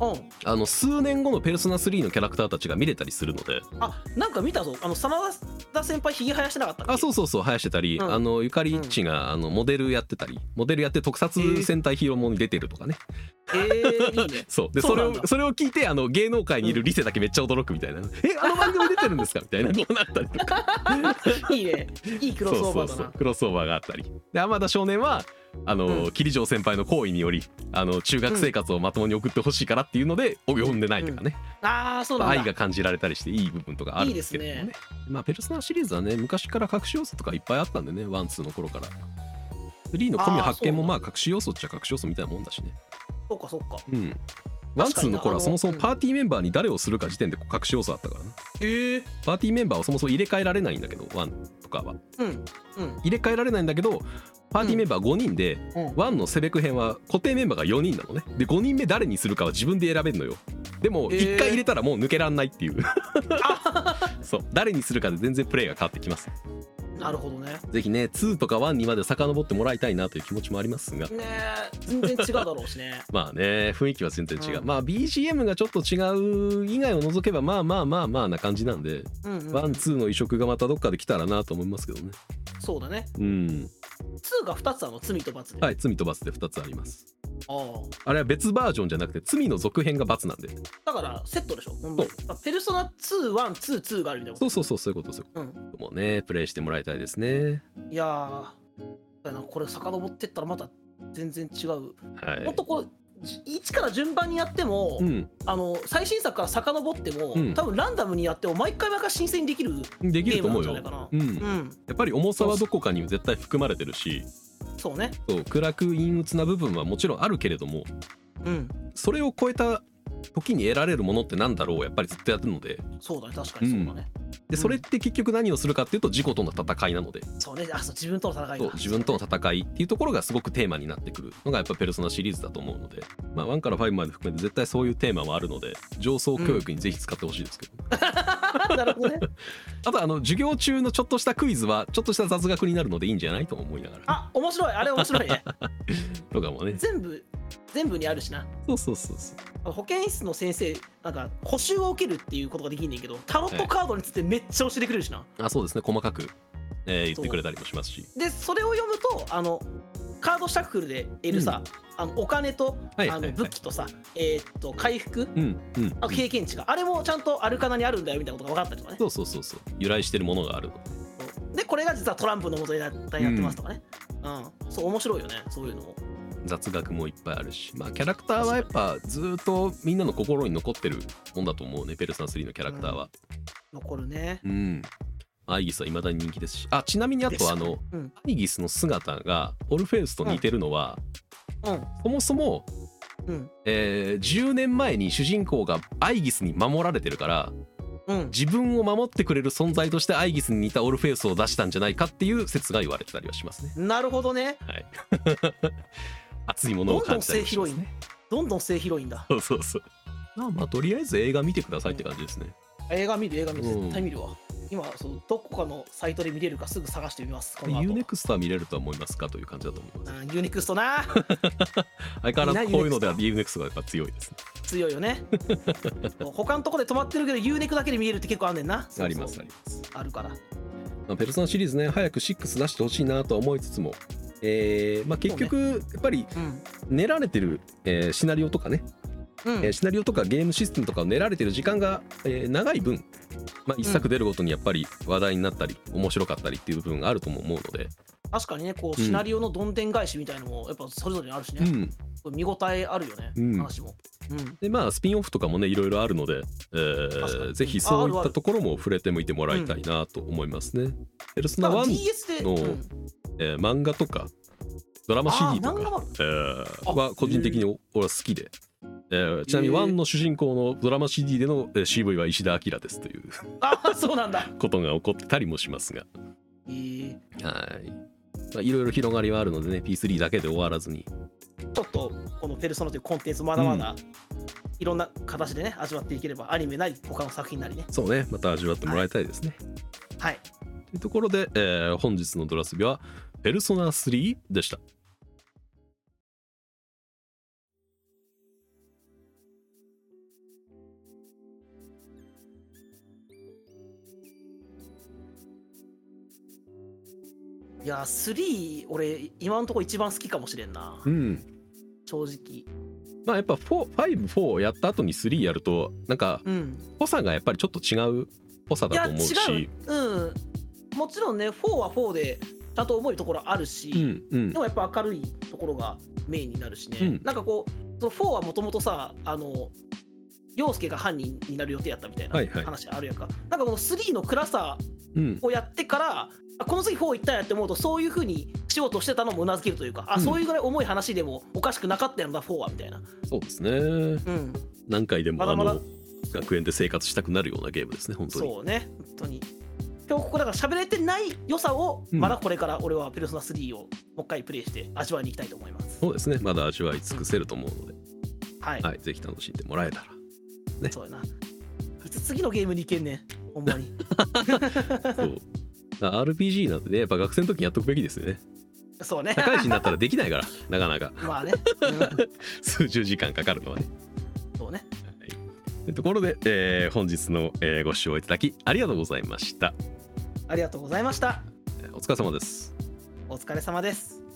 [SPEAKER 1] うん
[SPEAKER 2] あの数年後のペルソナ3のキャラクターたちが見れたりするので
[SPEAKER 1] あなんか見たぞあの真田先輩ひげ生やしてなかったっけ
[SPEAKER 2] あそうそうそう生やしてたり、
[SPEAKER 1] うん
[SPEAKER 2] あのゆかりっちが、あのモデルやってたりモデルやって特撮戦隊ヒーローものに出てるとかね
[SPEAKER 1] えー、いい ね。
[SPEAKER 2] そうで
[SPEAKER 1] そ
[SPEAKER 2] そうれ
[SPEAKER 1] なんだ
[SPEAKER 2] をそれを聞いてあの芸能界にいるリセだけめっちゃ驚くみたいな「え あの番組出てるんですか?」みたいなこうなったりとか
[SPEAKER 1] いいね。いいクロスオーバーだな。
[SPEAKER 2] そうそうそうクロスオーバーがあったりで天田少年はあの、
[SPEAKER 1] うん
[SPEAKER 2] 桐城先輩の行為によりあの中学生活をまともに送ってほしいからっていうので、お読んでないとかね、
[SPEAKER 1] ああ、そうなんだ。
[SPEAKER 2] 愛が感じられたりしていい部分とかあるんですけれどもね
[SPEAKER 1] いい
[SPEAKER 2] まあペルソナシリーズはね昔から隠し要素とかいっぱいあったんでねワンツーの頃から3の込み発見
[SPEAKER 1] あー
[SPEAKER 2] も
[SPEAKER 1] そう
[SPEAKER 2] ま
[SPEAKER 1] な
[SPEAKER 2] あ隠し要素っちゃ隠し要素みたいなもんだしね
[SPEAKER 1] そうかそうか。
[SPEAKER 2] うんワンツーの頃は
[SPEAKER 1] あの
[SPEAKER 2] そもそもパーティーメンバーに誰をするか時点でこう隠し要素あったからね
[SPEAKER 1] ええ
[SPEAKER 2] パーティーメンバーをそもそも入れ替えられないんだけどワンとかは
[SPEAKER 1] うんうん
[SPEAKER 2] 入れ替えられないんだけどパーティーメンバー5人で、
[SPEAKER 1] うん。
[SPEAKER 2] ワンのセベク編は固定メンバーが4人なのねで5人目誰にするかは自分で選べるのよでも
[SPEAKER 1] えー
[SPEAKER 2] 1回入れたらもう抜けらんないっていう、 そう誰にするかで全然プレイが変わってきます
[SPEAKER 1] なるほどね。
[SPEAKER 2] ぜひね2とか1にまで遡ってもらいたいなという気持ちもありますが
[SPEAKER 1] ねえ、全然違うだろうし ね。
[SPEAKER 2] まあね雰囲気は全然違う、
[SPEAKER 1] うん
[SPEAKER 2] まあ BGM がちょっと違う以外を除けばまあまあまあまあな感じなんで
[SPEAKER 1] うん、うん。
[SPEAKER 2] ワンツーの移植がまたどっかで来たらなと思いますけどね
[SPEAKER 1] そうだね。
[SPEAKER 2] うん
[SPEAKER 1] 2が2つあるの、罪と罰で。
[SPEAKER 2] はい罪と罰で2つあります
[SPEAKER 1] ああ。
[SPEAKER 2] あれは別バージョンじゃなくて罪の続編が罰なんで
[SPEAKER 1] だから、セットでしょ。本当に
[SPEAKER 2] そ
[SPEAKER 1] ペルソナ2、1、2、2があるみたいなこ
[SPEAKER 2] そうそうそうそういうことそういうこと
[SPEAKER 1] と。う
[SPEAKER 2] もうねプレイしてもらいたいですね。
[SPEAKER 1] ん。いやー、だよなこれ、遡ってったらまた全然違う。
[SPEAKER 2] はい。
[SPEAKER 1] もっとこう、1から順番にやっても、
[SPEAKER 2] うん、
[SPEAKER 1] あの最新作から遡っても、
[SPEAKER 2] うん
[SPEAKER 1] 多分ランダムにやっても毎回毎回新鮮にできる
[SPEAKER 2] でき
[SPEAKER 1] ゲ
[SPEAKER 2] る
[SPEAKER 1] ー
[SPEAKER 2] と
[SPEAKER 1] ムなん
[SPEAKER 2] 思う
[SPEAKER 1] じゃ
[SPEAKER 2] よ
[SPEAKER 1] ない。かな。
[SPEAKER 2] うん、
[SPEAKER 1] うん、
[SPEAKER 2] やっぱり重さはどこかに絶対含まれてるし
[SPEAKER 1] そうね。
[SPEAKER 2] そう暗く陰鬱な部分はもちろんあるけれども
[SPEAKER 1] うん、
[SPEAKER 2] それを超えた時に得られるものってなんだろうをやっぱりずっとやってるので
[SPEAKER 1] そうだね、確かにそうだね。
[SPEAKER 2] でそれって結局何をするかっていうと自己との戦いなので
[SPEAKER 1] そうね、あ、そう、自分との戦い
[SPEAKER 2] そう
[SPEAKER 1] だ。
[SPEAKER 2] 自分との戦いっていうところがすごくテーマになってくるのがやっぱ「ペルソナ」シリーズだと思うので、まあ、1から5まで含めて絶対そういうテーマはあるので上層教育にぜひ使ってほしいですけど、
[SPEAKER 1] なるほどね。
[SPEAKER 2] あとあの授業中のちょっとしたクイズはちょっとした雑学になるのでいいんじゃないとも思いながら
[SPEAKER 1] あ、面白い、あれ面白い ね。
[SPEAKER 2] とかもね
[SPEAKER 1] 全部、全部にあるしな。
[SPEAKER 2] そうそうそうそう
[SPEAKER 1] 保健室の先生、なんか補習を受けるっていうことができんねんけど、タロットカードについてめっちゃ教えてくれるしな。
[SPEAKER 2] あそうですね細かく、えー言ってくれたりもしますし
[SPEAKER 1] で、それを読むと、あの。カードシャッフルで得るさ、あのお金と、
[SPEAKER 2] はいはいはい
[SPEAKER 1] あの武器とさ、えーっと回復、
[SPEAKER 2] うんうん
[SPEAKER 1] あ経験値が、あれもちゃんとアルカナにあるんだよみたいなことが分かったりとかね
[SPEAKER 2] そうそうそうそう由来してるものがあるの
[SPEAKER 1] でこれが実はトランプの元になったやってますとかね、うんそう面白いよねそういうのも
[SPEAKER 2] 雑学もいっぱいあるしまあキャラクターはやっぱずーっとみんなの心に残ってるもんだと思うねペルソナ3のキャラクターは
[SPEAKER 1] 残るね
[SPEAKER 2] うん、アイギスはいまだに人気ですしあちなみにあとあの
[SPEAKER 1] うん
[SPEAKER 2] アイギスの姿がオルフェウスと似てるのは、
[SPEAKER 1] うん
[SPEAKER 2] そもそも
[SPEAKER 1] うん
[SPEAKER 2] えー10年前に主人公がアイギスに守られてるから
[SPEAKER 1] うん
[SPEAKER 2] 自分を守ってくれる存在としてアイギスに似たオルフェウスを出したんじゃないかっていう説が言われてたりはしますね。
[SPEAKER 1] なるほどね
[SPEAKER 2] はい熱いものを感じたりもしますね。
[SPEAKER 1] どんどん性広いんだ
[SPEAKER 2] そうそうそう。まあまあとりあえず映画見てくださいって感じですね。
[SPEAKER 1] 映画見る映画見る
[SPEAKER 2] うん
[SPEAKER 1] 絶対見るわ、今そうどこかのサイトで見れるかすぐ探してみますこの後
[SPEAKER 2] ユーネクストは見れるとは思いますかという感じだと思います。
[SPEAKER 1] うんユーネクストな
[SPEAKER 2] 相変わらずこういうのではいユーネクストがやっぱ強いですね。
[SPEAKER 1] 強いよねそう他のとこで止まってるけどユーネクだけで見えるって結構あんねんなそうそう
[SPEAKER 2] ありますあります。
[SPEAKER 1] あるから
[SPEAKER 2] まあ、ペルソナシリーズね早く6出してほしいなとは思いつつも、えーまあ、結局やっぱり
[SPEAKER 1] うん
[SPEAKER 2] 練られてる、えーシナリオとかね、
[SPEAKER 1] うん
[SPEAKER 2] えーシナリオとかゲームシステムとかを練られてる時間が、えー長い分、まあ、一作出るごとにやっぱり話題になったり、面白かったりっていう部分があるとも思うので、
[SPEAKER 1] 確かにねこう
[SPEAKER 2] うん
[SPEAKER 1] シナリオのどんでん返しみたいのもやっぱそれぞれにあるしね、
[SPEAKER 2] うん、
[SPEAKER 1] これ見応えあるよね、
[SPEAKER 2] うん
[SPEAKER 1] 話も。うん、
[SPEAKER 2] でまあスピンオフとかもねいろいろあるので、えー
[SPEAKER 1] 確かに
[SPEAKER 2] ぜひそういったところも触れてみてもらいたいなと思いますね。ペルソ
[SPEAKER 1] だ
[SPEAKER 2] ナ
[SPEAKER 1] から
[SPEAKER 2] 1、
[SPEAKER 1] DS で、
[SPEAKER 2] の
[SPEAKER 1] うん
[SPEAKER 2] えー漫画とかドラマ
[SPEAKER 1] あー
[SPEAKER 2] CD と
[SPEAKER 1] 漫画
[SPEAKER 2] か
[SPEAKER 1] も、
[SPEAKER 2] えー
[SPEAKER 1] あ
[SPEAKER 2] は個人的に俺は好きで、えーちなみに
[SPEAKER 1] へー
[SPEAKER 2] ワンの主人公のドラマ CD でのえー CV は石田明ですという
[SPEAKER 1] あーそうなんだ。
[SPEAKER 2] ことが起こってたりもしますが
[SPEAKER 1] えー
[SPEAKER 2] はい、まあ、いろいろ広がりはあるのでね P3 だけで終わらずに
[SPEAKER 1] ちょっとこの「ペルソナ」というコンテンツまだまだいろんな形でね味わっていければアニメなり他の作品なりね。
[SPEAKER 2] そうねまた味わってもらいたいですね、
[SPEAKER 1] はい、
[SPEAKER 2] というところで、えー本日のドラスビは「ペルソナ3」でした
[SPEAKER 1] いやー3俺今のところ一番好きかもしれんな。
[SPEAKER 2] うん
[SPEAKER 1] 正直
[SPEAKER 2] まあやっぱ54やった後に3やるとなんか
[SPEAKER 1] うん
[SPEAKER 2] 濃さがやっぱりちょっと違う濃さ
[SPEAKER 1] い
[SPEAKER 2] だ
[SPEAKER 1] や
[SPEAKER 2] と思うし
[SPEAKER 1] 違ううんもちろんね4は4でちゃんと重いところあるし、
[SPEAKER 2] うんうん
[SPEAKER 1] でもやっぱ明るいところがメインになるしね、
[SPEAKER 2] うん
[SPEAKER 1] なんかこうその4はもともとさあの陽介が犯人になる予定やったみたい
[SPEAKER 2] はいは
[SPEAKER 1] ない話あるやんか、なんかこの3の暗さ
[SPEAKER 2] うん
[SPEAKER 1] をやってからあこの次4いったんやって思うとそういうふうにしようとしてたのもうなずけるというか、あ
[SPEAKER 2] うん
[SPEAKER 1] そういうぐらい重い話でもおかしくなかったやんだ4はみたいな、
[SPEAKER 2] そうですね
[SPEAKER 1] うん、
[SPEAKER 2] 何回でも
[SPEAKER 1] まだまだ
[SPEAKER 2] あの学園で生活したくなるようなゲームですね本当に
[SPEAKER 1] そうね本当に今日ここだから喋れてない良さを
[SPEAKER 2] うん
[SPEAKER 1] まだこれから俺はペルソナ3をもう一回プレイして味わいに行きたいと思います、
[SPEAKER 2] そうですねまだ味わい尽くせると思うので、
[SPEAKER 1] はい、
[SPEAKER 2] はい、ぜひ楽しんでもらえたら
[SPEAKER 1] そうやないつ次のゲームに行けんねんほんま に
[SPEAKER 2] そう RPG なんでねやっぱ学生の時にやっとくべきです よね
[SPEAKER 1] そうね
[SPEAKER 2] 社会人になったらできないからなかなか
[SPEAKER 1] まあね、うん
[SPEAKER 2] 数十時間かかるのはね
[SPEAKER 1] そうね
[SPEAKER 2] ところで、えー本日の、えーご視聴いただきありがとうございました
[SPEAKER 1] ありがとうございました
[SPEAKER 2] えーお疲れ様です
[SPEAKER 1] お疲れ様です